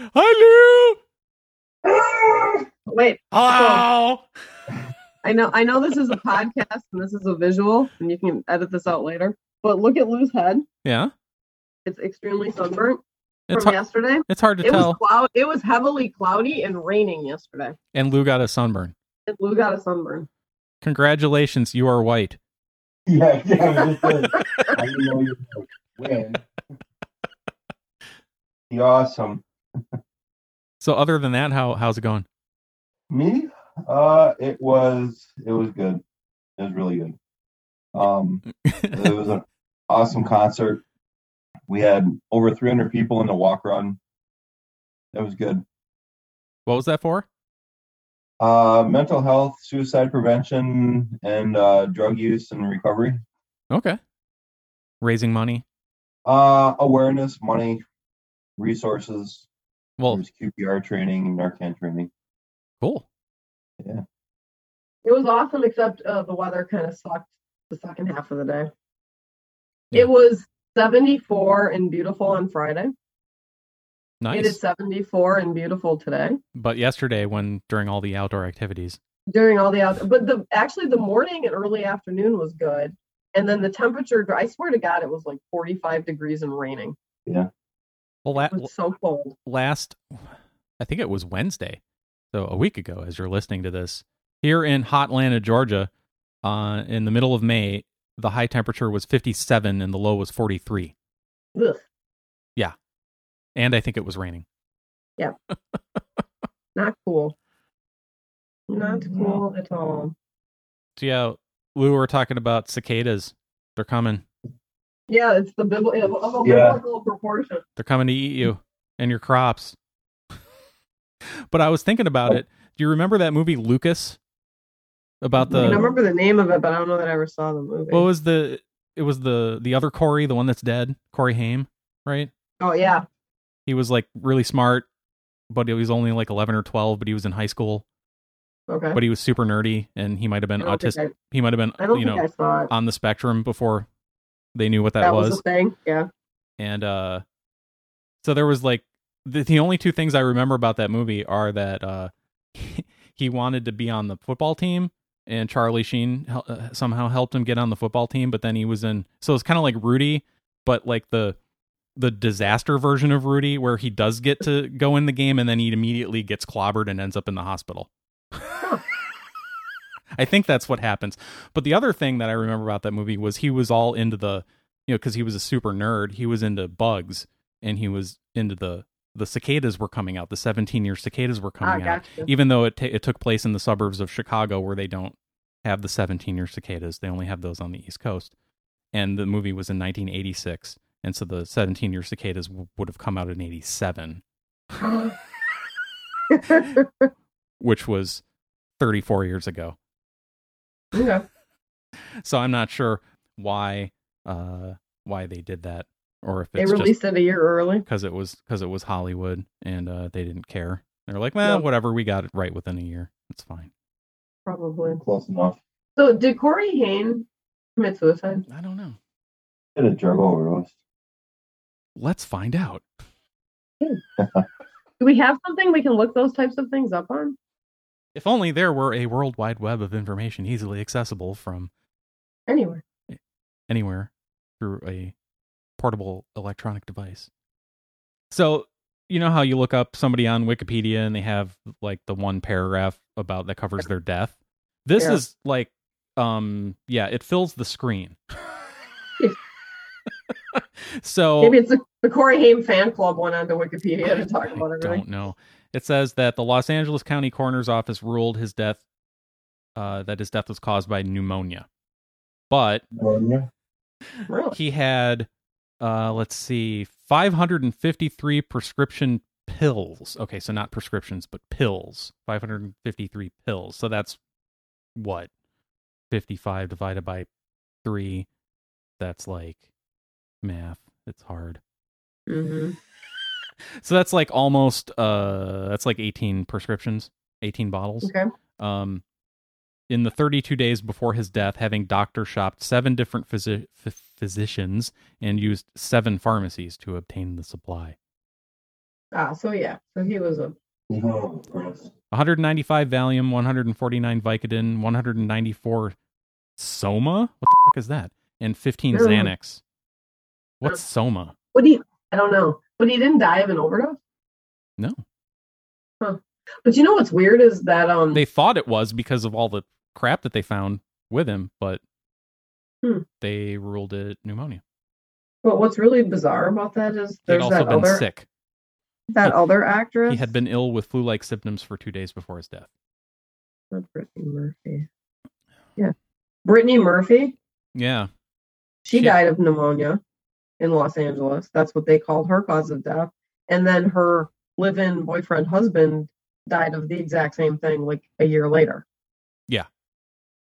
Speaker 2: Hi, Lou.
Speaker 1: Wait,
Speaker 2: Ah! Hello.
Speaker 1: I know I know this is a podcast and this is a visual and you can edit this out later. But look at Lou's head.
Speaker 2: Yeah,
Speaker 1: It's extremely sunburnt
Speaker 2: it's
Speaker 1: from
Speaker 2: hard,
Speaker 1: yesterday.
Speaker 2: it's hard to
Speaker 1: It
Speaker 2: tell.
Speaker 1: was cloud it was heavily cloudy and raining yesterday.
Speaker 2: And Lou got a sunburn.
Speaker 1: And Lou got a sunburn.
Speaker 2: Congratulations, you are white.
Speaker 7: Yeah, yeah. I was just saying. I didn't know you were when. You're awesome.
Speaker 2: So other than that, how how's it going?
Speaker 7: Me? Uh, it was it was good. It was really good. Um, it was an awesome concert. We had over 300 people in the walk run. That was good.
Speaker 2: what was that for?
Speaker 7: Uh, mental health, suicide prevention, and uh, drug use and recovery.
Speaker 2: Okay. Raising money.
Speaker 7: Uh, awareness, money, resources.
Speaker 1: Mm.
Speaker 2: Well,
Speaker 7: There's QPR training and Narcan training.
Speaker 2: cool.
Speaker 1: It was awesome except uh, the weather kind of sucked the second half of the day.
Speaker 2: Yeah.
Speaker 1: It was 74 and beautiful on Friday.
Speaker 2: Nice.
Speaker 1: It is 74 and beautiful today.
Speaker 2: but yesterday when during all the outdoor activities.
Speaker 1: during all the out but the actually the morning and early afternoon was good and then the temperature i swear to god it was like 45 degrees and raining
Speaker 2: Well, la-
Speaker 1: it was so cold
Speaker 2: last I think it was Wednesday. So a week ago as you're listening to this, here in Hotlanta, Georgia, uh in the middle of May, the high temperature was 57 and the low was 43,
Speaker 1: Ugh.
Speaker 2: and I think it was raining.
Speaker 1: not cool not
Speaker 7: No.
Speaker 1: cool at all
Speaker 2: So yeah, Lou, we're talking about cicadas. They're coming.
Speaker 1: yeah it's the biblical of a
Speaker 7: Yeah.
Speaker 1: biblical proportion
Speaker 2: They're coming to eat you and your crops. but I was thinking about it. Do you remember that movie Lucas? About
Speaker 1: I, mean, I
Speaker 2: the
Speaker 1: remember the name of it but i don't know that i ever saw the movie
Speaker 2: what was the it was the the other Corey, the one that's dead, Corey Haim, right?
Speaker 1: oh yeah
Speaker 2: He was like really smart, but he was only like eleven or twelve, but he was in high school.
Speaker 1: okay
Speaker 2: But he was super nerdy and he might have been
Speaker 1: I don't think
Speaker 2: autistic he might have been
Speaker 1: i, I don't
Speaker 2: you
Speaker 1: think
Speaker 2: know
Speaker 1: i saw it
Speaker 2: on the spectrum before they knew what that,
Speaker 1: that
Speaker 2: was.
Speaker 1: was a thing yeah
Speaker 2: and uh so there was like the, the only two things i remember about that movie are that uh he wanted to be on the football team and charlie sheen hel- uh, somehow helped him get on the football team but then he was in so it's kind of like rudy but like the the disaster version of rudy where he does get to go in the game and then he immediately gets clobbered and ends up in the hospital i think that's what happens but the other thing that i remember about that movie was he was all into the you know, because he was a super nerd, he was into bugs and he was into the the cicadas were coming out. The 17 year cicadas were coming
Speaker 1: Ah,
Speaker 2: out,
Speaker 1: gotcha.
Speaker 2: even though it ta- it took place in the suburbs of Chicago where they don't have the 17 year cicadas. They only have those on the East Coast. And the movie was in 1986, and so the 17 year cicadas w- would have come out in 87, which was 34 years ago.
Speaker 1: okay.
Speaker 2: So I'm not sure why uh why they did that or if
Speaker 1: They
Speaker 2: it's just
Speaker 1: released it a year early.
Speaker 2: because it was because it was Hollywood and uh, they didn't care. They're like, well,
Speaker 1: Yeah.
Speaker 2: whatever, we got it right within a year. It's fine.
Speaker 1: Probably.
Speaker 7: Close enough.
Speaker 1: So did Corey Haim commit suicide?
Speaker 2: I don't know.
Speaker 7: Did a drug overdose.
Speaker 2: Let's find out.
Speaker 1: Do we have something we can look those types of things up on?
Speaker 2: If only there were a world wide web of information easily accessible from
Speaker 1: Anyway.
Speaker 2: anywhere through a portable electronic device. So, you know how you look up somebody on Wikipedia and they have like the one paragraph about that covers their death? This
Speaker 1: Yeah.
Speaker 2: is like um yeah, it fills the screen. so
Speaker 1: Maybe it's the, the Corey Haim fan club went onto Wikipedia to talk about
Speaker 2: I
Speaker 1: everything.
Speaker 2: don't know. It says that the Los Angeles County Coroner's Office ruled his death uh, that his death was caused by pneumonia, but
Speaker 1: Really?
Speaker 2: he had uh, let's see, 553 prescription pills. Okay, so not prescriptions, but pills. 553 pills. So that's what 55 divided by three. That's like math. It's hard.
Speaker 1: Mm-hmm.
Speaker 2: So that's like almost uh that's like 18 prescriptions, 18 bottles.
Speaker 1: Okay.
Speaker 2: Um in the 32 days before his death, having doctor shopped seven different physi- ph- physicians and used seven pharmacies to obtain the supply.
Speaker 1: Ah, so yeah. So he was a
Speaker 7: No, gross.
Speaker 2: 195 Valium, 149 Vicodin, 194 Soma. What the fuck is that? And 15
Speaker 1: Ugh.
Speaker 2: Xanax. What's Soma?
Speaker 1: what do you I don't know. But he didn't die of an overdose?
Speaker 2: No.
Speaker 1: Huh. But you know what's weird is that um
Speaker 2: they thought it was because of all the crap that they found with him, but
Speaker 1: Hmm.
Speaker 2: they ruled it pneumonia.
Speaker 1: but what's really bizarre about that is
Speaker 2: He'd
Speaker 1: there's
Speaker 2: also
Speaker 1: that
Speaker 2: been
Speaker 1: other
Speaker 2: sick.
Speaker 1: that other actress.
Speaker 2: He had been ill with flu-like symptoms for two days before his death.
Speaker 1: Not Brittany Murphy. Yeah. Brittany Murphy.
Speaker 2: Yeah,
Speaker 1: She
Speaker 2: She-
Speaker 1: died of pneumonia in Los Angeles. That's what they called her cause of death. And then her live in boyfriend husband died of the exact same thing like a year later.
Speaker 2: yeah.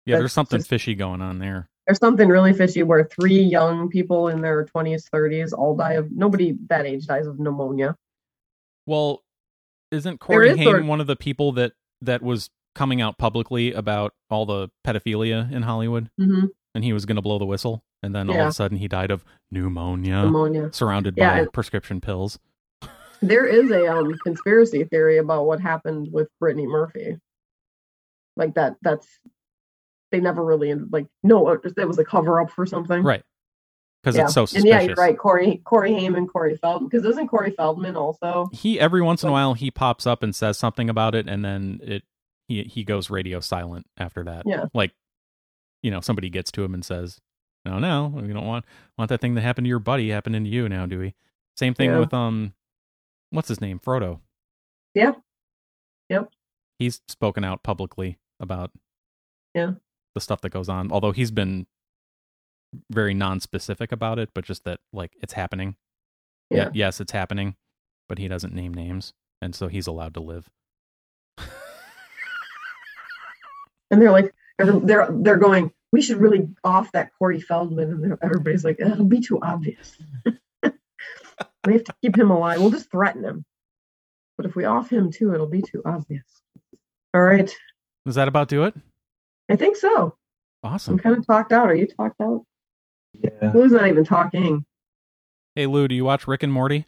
Speaker 1: That's
Speaker 2: there's something
Speaker 1: just-
Speaker 2: fishy going on there.
Speaker 1: There's something really fishy where three young people in their 20s, 30s all die of nobody that age dies of pneumonia.
Speaker 2: Well, isn't Corey
Speaker 1: is
Speaker 2: Haim
Speaker 1: sort-
Speaker 2: one of the people that that was coming out publicly about all the pedophilia in Hollywood,
Speaker 1: Mm-hmm.
Speaker 2: and he was going to blow the whistle, and then all of
Speaker 1: Yeah.
Speaker 2: a sudden he died of pneumonia,
Speaker 1: Pneumonia.
Speaker 2: surrounded
Speaker 1: Yeah,
Speaker 2: by
Speaker 1: and-
Speaker 2: prescription pills.
Speaker 1: There is a um, conspiracy theory about what happened with Brittany Murphy. Like that, that's they never really like no, it was a cover up for something.
Speaker 2: Right. Because it's so
Speaker 1: And
Speaker 2: suspicious.
Speaker 1: Mm-hmm. yeah, you're right. Corey Corey Haim and Corey Feldman. Because isn't Corey Feldman also?
Speaker 2: he every once in a while he pops up and says something about it and then it he he goes radio silent after that
Speaker 1: Yeah.
Speaker 2: like you know somebody gets to him and says no no we don't want want that thing that happened to your buddy happening to you now do we same thing
Speaker 1: Yeah.
Speaker 2: with um what's his name frodo
Speaker 1: Yeah. Yep.
Speaker 2: he's spoken out publicly about
Speaker 1: Yeah.
Speaker 2: the stuff that goes on although he's been very non-specific about it but just that like it's happening yeah.
Speaker 1: Yeah.
Speaker 2: yes, it's happening, but he doesn't name names, and so he's allowed to live.
Speaker 1: And they're like, every- they're they're going. We should really off that Corey Feldman, and they're- everybody's like, it'll be too obvious. we have to keep him alive. We'll just threaten him. But if we off him too, it'll be too obvious. All right,
Speaker 2: Does that about do it?
Speaker 1: I think so. I'm
Speaker 2: Awesome.
Speaker 1: kind of talked out. Are you talked out?
Speaker 7: Yeah,
Speaker 1: Lou's not even talking.
Speaker 2: Hey Lou, do you watch Rick and Morty?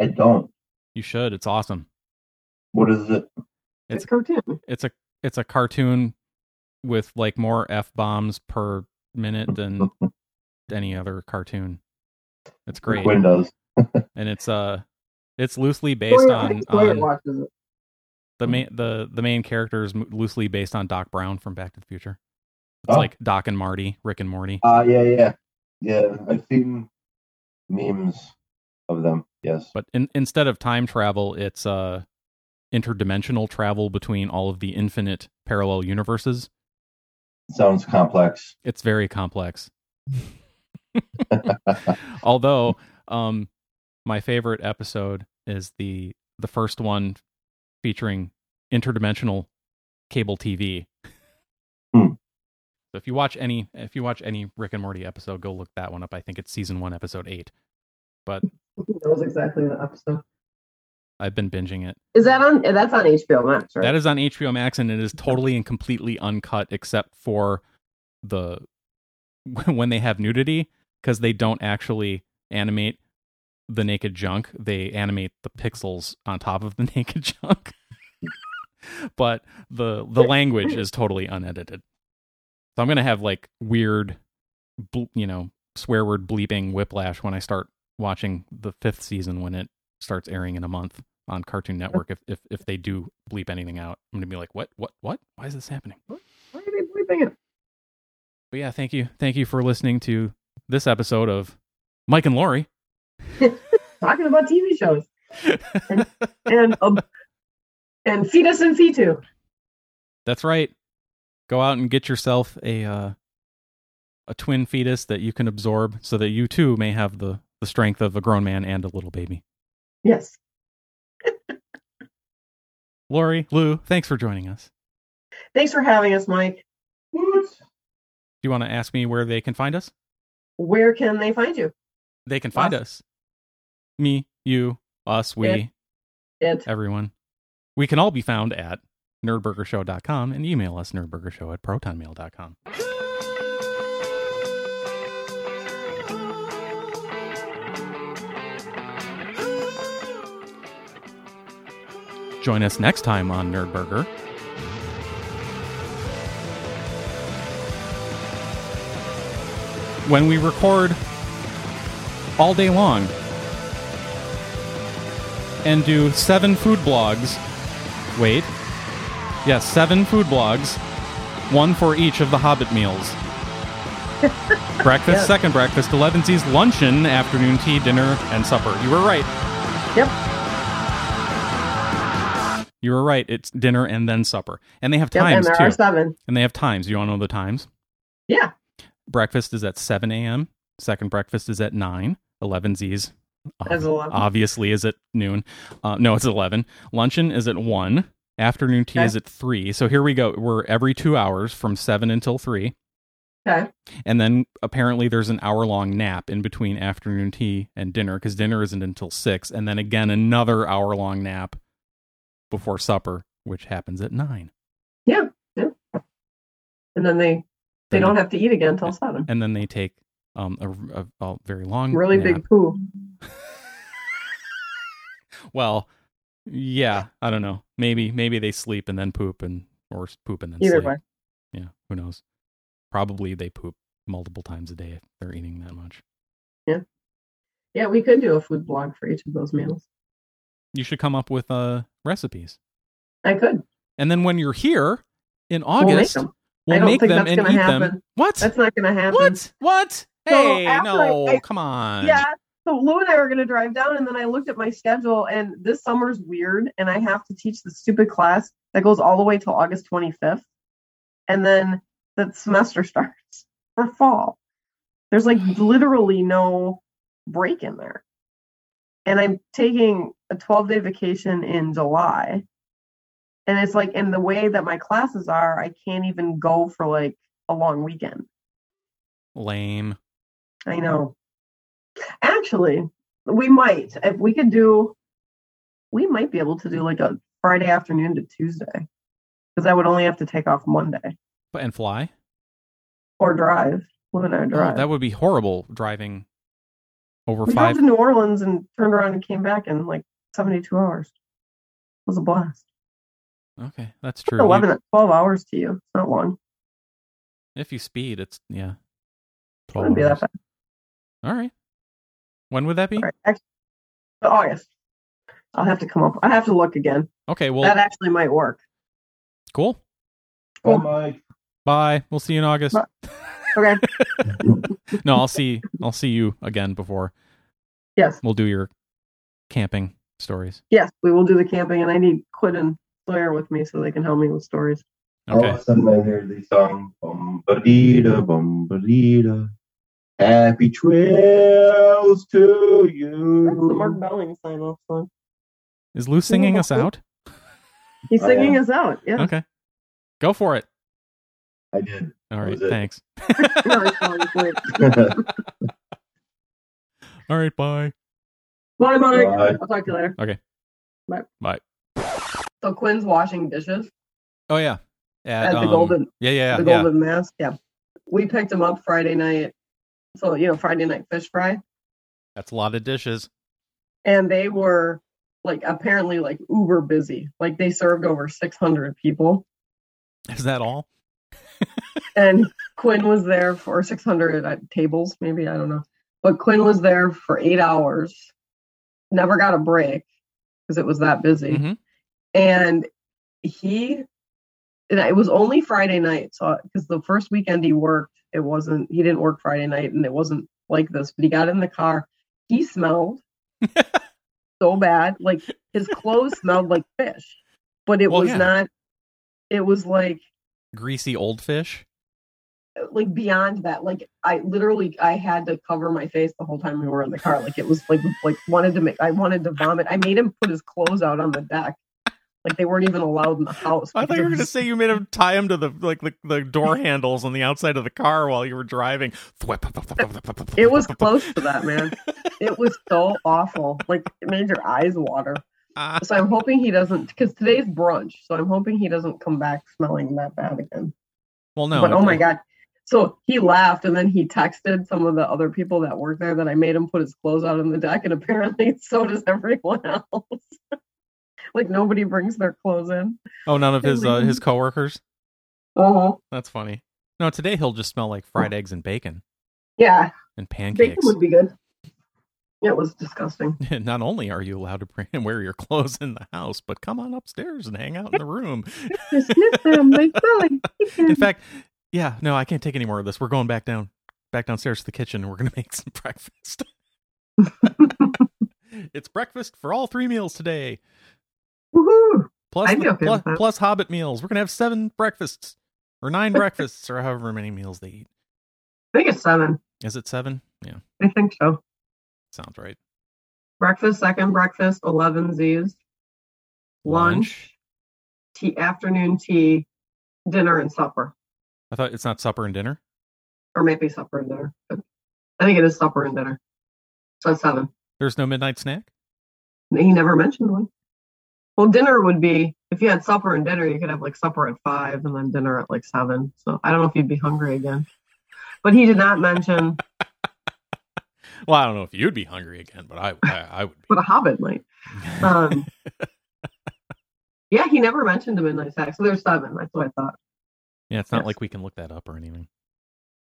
Speaker 7: I don't.
Speaker 2: You should. It's awesome.
Speaker 7: What is it?
Speaker 1: It's,
Speaker 2: It's-
Speaker 1: cartoon.
Speaker 2: It's a it's a cartoon with like more f bombs per minute than any other cartoon. It's great,
Speaker 7: Quinn does.
Speaker 2: and it's uh it's loosely based
Speaker 1: Sawyer- I
Speaker 2: on,
Speaker 1: think Sawyer
Speaker 2: on
Speaker 1: watches it.
Speaker 2: the main the the main character is mo- loosely based on Doc Brown from Back to the Future. It's
Speaker 7: Oh.
Speaker 2: like Doc and Marty, Rick and Morty.
Speaker 7: Ah, yeah, yeah, yeah. I've seen memes of them. Yes.
Speaker 2: But in, instead of time travel, it's uh, interdimensional travel between all of the infinite parallel universes.
Speaker 7: Sounds complex.
Speaker 2: It's very complex. Although, um, my favorite episode is the the first one featuring interdimensional cable TV.
Speaker 7: Hmm.
Speaker 2: So if you watch any if you watch any Rick and Morty episode, go look that one up. I think it's season one, episode eight. But
Speaker 1: That was exactly the episode.
Speaker 2: I've been binging it.
Speaker 1: Is that on? That's on HBO Max, right?
Speaker 2: That is on HBO Max, and it is totally and completely uncut, except for the when they have nudity, because they don't actually animate the naked junk; they animate the pixels on top of the naked junk. but the the language is totally unedited, so I'm gonna have like weird, bl- you know, swear word bleeping whiplash when I start watching the fifth season when it starts airing in a month on Cartoon Network if if if they do bleep anything out. I'm gonna be like, what, what, what? Why is this happening?
Speaker 1: Why are they bleeping it?
Speaker 2: But yeah, thank you, thank you for listening to this episode of Mike and Laurie.
Speaker 1: Talking about TV shows and um, and fetus and fetu.
Speaker 2: That's right. Go out and get yourself a uh, a twin fetus that you can absorb, so that you too may have the the strength of a grown man and a little baby.
Speaker 1: Yes.
Speaker 2: Laurie, Lou, thanks for joining us.
Speaker 1: Thanks for having us, Mike.
Speaker 2: Do you want to ask me where they can find us?
Speaker 1: Where can they find you?
Speaker 2: They can find us. Me, you, us, we.
Speaker 1: Yeah. It.
Speaker 2: everyone. We can all be found at nerdburgershow.com and email us nerdburgershow at protonmail.com. Join us next time on Nerdburger. When we record all day long and do seven food blogs. Wait. Yes, seven food blogs, one for each of the Hobbit meals. breakfast, second breakfast, 11 C's luncheon, afternoon tea, dinner, and supper. You were right.
Speaker 1: Yep.
Speaker 2: You were right. It's dinner and then supper. And they have
Speaker 1: Yep, and
Speaker 2: times
Speaker 1: there
Speaker 2: too.
Speaker 1: are seven.
Speaker 2: And they have times. You all know the times?
Speaker 1: Yeah.
Speaker 2: Breakfast is at 7 a.m. Second breakfast is at 9. 11 Z's ob-
Speaker 1: That's 11.
Speaker 2: obviously is at noon. Uh, no, it's 11. Luncheon is at 1. Afternoon tea
Speaker 1: Okay.
Speaker 2: is at 3. So here we go. We're every two hours from 7 until 3.
Speaker 1: Okay.
Speaker 2: And then apparently there's an hour long nap in between afternoon tea and dinner because dinner isn't until 6. And then again, another hour long nap before supper, which happens at 9.
Speaker 1: And then they they don't have to eat again until seven.
Speaker 2: and then they take um a, a, a very long
Speaker 1: Really
Speaker 2: nap.
Speaker 1: big poo.
Speaker 2: well yeah i don't know maybe maybe they sleep and then poop and or s- poop and then
Speaker 1: Either
Speaker 2: sleep
Speaker 1: way.
Speaker 2: yeah who knows probably they poop multiple times a day if they're eating that much
Speaker 1: Yeah, we could do a food blog for each of those meals.
Speaker 2: you should come up with uh recipes
Speaker 1: I could.
Speaker 2: and then when you're here in
Speaker 1: We'll make
Speaker 2: august
Speaker 1: them.
Speaker 2: we'll
Speaker 1: I don't
Speaker 2: make
Speaker 1: think
Speaker 2: them
Speaker 1: that's
Speaker 2: and
Speaker 1: gonna
Speaker 2: eat them
Speaker 1: happen.
Speaker 2: what
Speaker 1: That's not going to happen.
Speaker 2: what what
Speaker 1: So
Speaker 2: hey
Speaker 1: after
Speaker 2: no
Speaker 1: I-
Speaker 2: come on
Speaker 1: Yeah. So Lou and I were going to drive down, and then I looked at my schedule, and this summer's weird, and I have to teach the stupid class that goes all the way till August 25th, and then the semester starts for fall. There's like literally no break in there, and I'm taking a 12 day vacation in July, and it's like, and the way that my classes are, I can't even go for like a long weekend.
Speaker 2: lame
Speaker 1: I
Speaker 2: Mm-hmm.
Speaker 1: know. Actually, we might. If we could do, we might be able to do like a Friday afternoon to Tuesday because I would only have to take off Monday
Speaker 2: but and fly
Speaker 1: or drive. Live and I would
Speaker 2: Oh,
Speaker 1: drive.
Speaker 2: that would be horrible driving over
Speaker 1: we
Speaker 2: five
Speaker 1: drove to New Orleans and turned around and came back in like 72 hours. It was a blast.
Speaker 2: Okay, that's
Speaker 1: It's
Speaker 2: true. You-
Speaker 1: 11, 12 hours to you. It's not long.
Speaker 2: if you speed, it's yeah.
Speaker 1: It wouldn't be that
Speaker 2: hours.
Speaker 1: bad.
Speaker 2: All right. When would that be?
Speaker 1: All right. Actually, but August. I'll have to come up. I have to look again.
Speaker 2: Okay, well,
Speaker 1: that actually might work.
Speaker 2: cool.
Speaker 7: Oh, Mike.
Speaker 2: Bye. We'll see you in August.
Speaker 1: Bye. Okay.
Speaker 2: No, I'll see I'll see you again before.
Speaker 1: Yes.
Speaker 2: We'll do your camping stories.
Speaker 4: Yes, we will do the camping, and I need Quid and Sawyer with me so they can help me with stories.
Speaker 7: All
Speaker 1: Oh.
Speaker 2: Okay.
Speaker 7: of a sudden, I hear the song "Bum ba dee da, bum ba dee da." Happy trails to
Speaker 4: That's the Mark
Speaker 7: you.
Speaker 4: Belling sign off song.
Speaker 2: Is Lou singing us out?
Speaker 4: He's
Speaker 7: Oh,
Speaker 4: singing us out. Yeah.
Speaker 2: Okay. Go for it.
Speaker 7: I did.
Speaker 2: All
Speaker 7: That
Speaker 2: right.
Speaker 7: was it.
Speaker 2: Thanks.
Speaker 4: No, it's fine, it's fine.
Speaker 2: All right. Bye.
Speaker 4: Bye, Mike.
Speaker 7: Bye.
Speaker 4: I'll talk to you later.
Speaker 1: So Quinn's washing dishes
Speaker 2: Oh yeah. At,
Speaker 1: at the
Speaker 2: um,
Speaker 1: Golden
Speaker 2: Yeah, yeah,
Speaker 1: the
Speaker 2: yeah.
Speaker 1: Golden Mask. Yeah, we picked him up Friday night. So you know Friday night fish fry,
Speaker 2: That's a lot of dishes.
Speaker 1: and they were like apparently like uber busy. Like they served over 600 people,
Speaker 2: Is that all?
Speaker 1: and Quinn was there for 600 at tables, maybe I don't know. But Quinn was there for eight hours, never got a break because it was that busy.
Speaker 2: Mhm.
Speaker 1: and he and it was only friday night so because the first weekend he worked it wasn't he didn't work friday night and it wasn't like this but he got in the car he smelled so bad like his clothes smelled like fish but it
Speaker 2: Well,
Speaker 1: was
Speaker 2: yeah.
Speaker 1: not it was like
Speaker 2: Greasy old fish.
Speaker 1: like beyond that like i literally i had to cover my face the whole time we were in the car like it was like like wanted to make i wanted to vomit i made him put his clothes out on the deck like they weren't even allowed in the house
Speaker 2: I thought
Speaker 1: because
Speaker 2: you
Speaker 1: it
Speaker 2: were going to
Speaker 1: was-
Speaker 2: say you made him tie him to the like the, the door handles on the outside of the car while you were driving.
Speaker 1: It was close to that, man. It was so awful. Like it made your eyes water.
Speaker 2: Ah.
Speaker 1: So I'm hoping he doesn't because today's brunch. So I'm hoping he doesn't come back smelling that bad again.
Speaker 2: Well, no.
Speaker 1: but oh my god. So he laughed and then he texted some of the other people that worked there that I made him put his clothes out on the deck and apparently so does everyone else. like nobody brings their clothes in.
Speaker 2: Oh, none of his uh, his coworkers.
Speaker 1: Oh
Speaker 2: That's funny. No, today he'll just smell like fried eggs and bacon
Speaker 1: yeah.
Speaker 2: and
Speaker 1: Bacon
Speaker 2: pancakes.
Speaker 1: would be good. It was disgusting.
Speaker 2: Not only are you allowed to bring and wear your clothes in the house, but come on upstairs and hang out in the room.
Speaker 1: You sniff them, they smell like
Speaker 2: In
Speaker 1: bacon.
Speaker 2: fact, yeah, no, I can't take any more of this. We're going back down, back downstairs to the kitchen, and we're going to make some breakfast. it's breakfast for all three meals today,
Speaker 1: Woohoo.
Speaker 2: plus
Speaker 1: I'd be
Speaker 2: the-
Speaker 1: okay
Speaker 2: plus,
Speaker 1: with that.
Speaker 2: plus Hobbit meals. We're going to have seven breakfasts or nine breakfasts or however many meals they eat.
Speaker 1: I think it's seven.
Speaker 2: Is it seven? Yeah,
Speaker 1: I think so.
Speaker 2: sounds right.
Speaker 1: Breakfast, second breakfast, eleven Z's, lunch, tea, afternoon tea, dinner and supper,
Speaker 2: I thought it's not supper and dinner.
Speaker 1: or maybe supper and dinner. But I think it is supper and dinner. So it's seven.
Speaker 2: There's no midnight snack.
Speaker 1: He never mentioned one. Well, dinner would be if you had supper and dinner, you could have like supper at five and then dinner at like seven. So I don't know if you'd be hungry again. But he did not mention,
Speaker 2: Well, I don't know if you'd be hungry again, but I I, I would.
Speaker 1: but a hobbit might.
Speaker 2: Be.
Speaker 1: Um, yeah, he never mentioned a midnight snack. So there's seven. That's what I thought.
Speaker 2: yeah, it's not
Speaker 1: yes.
Speaker 2: like we can look that up or anything.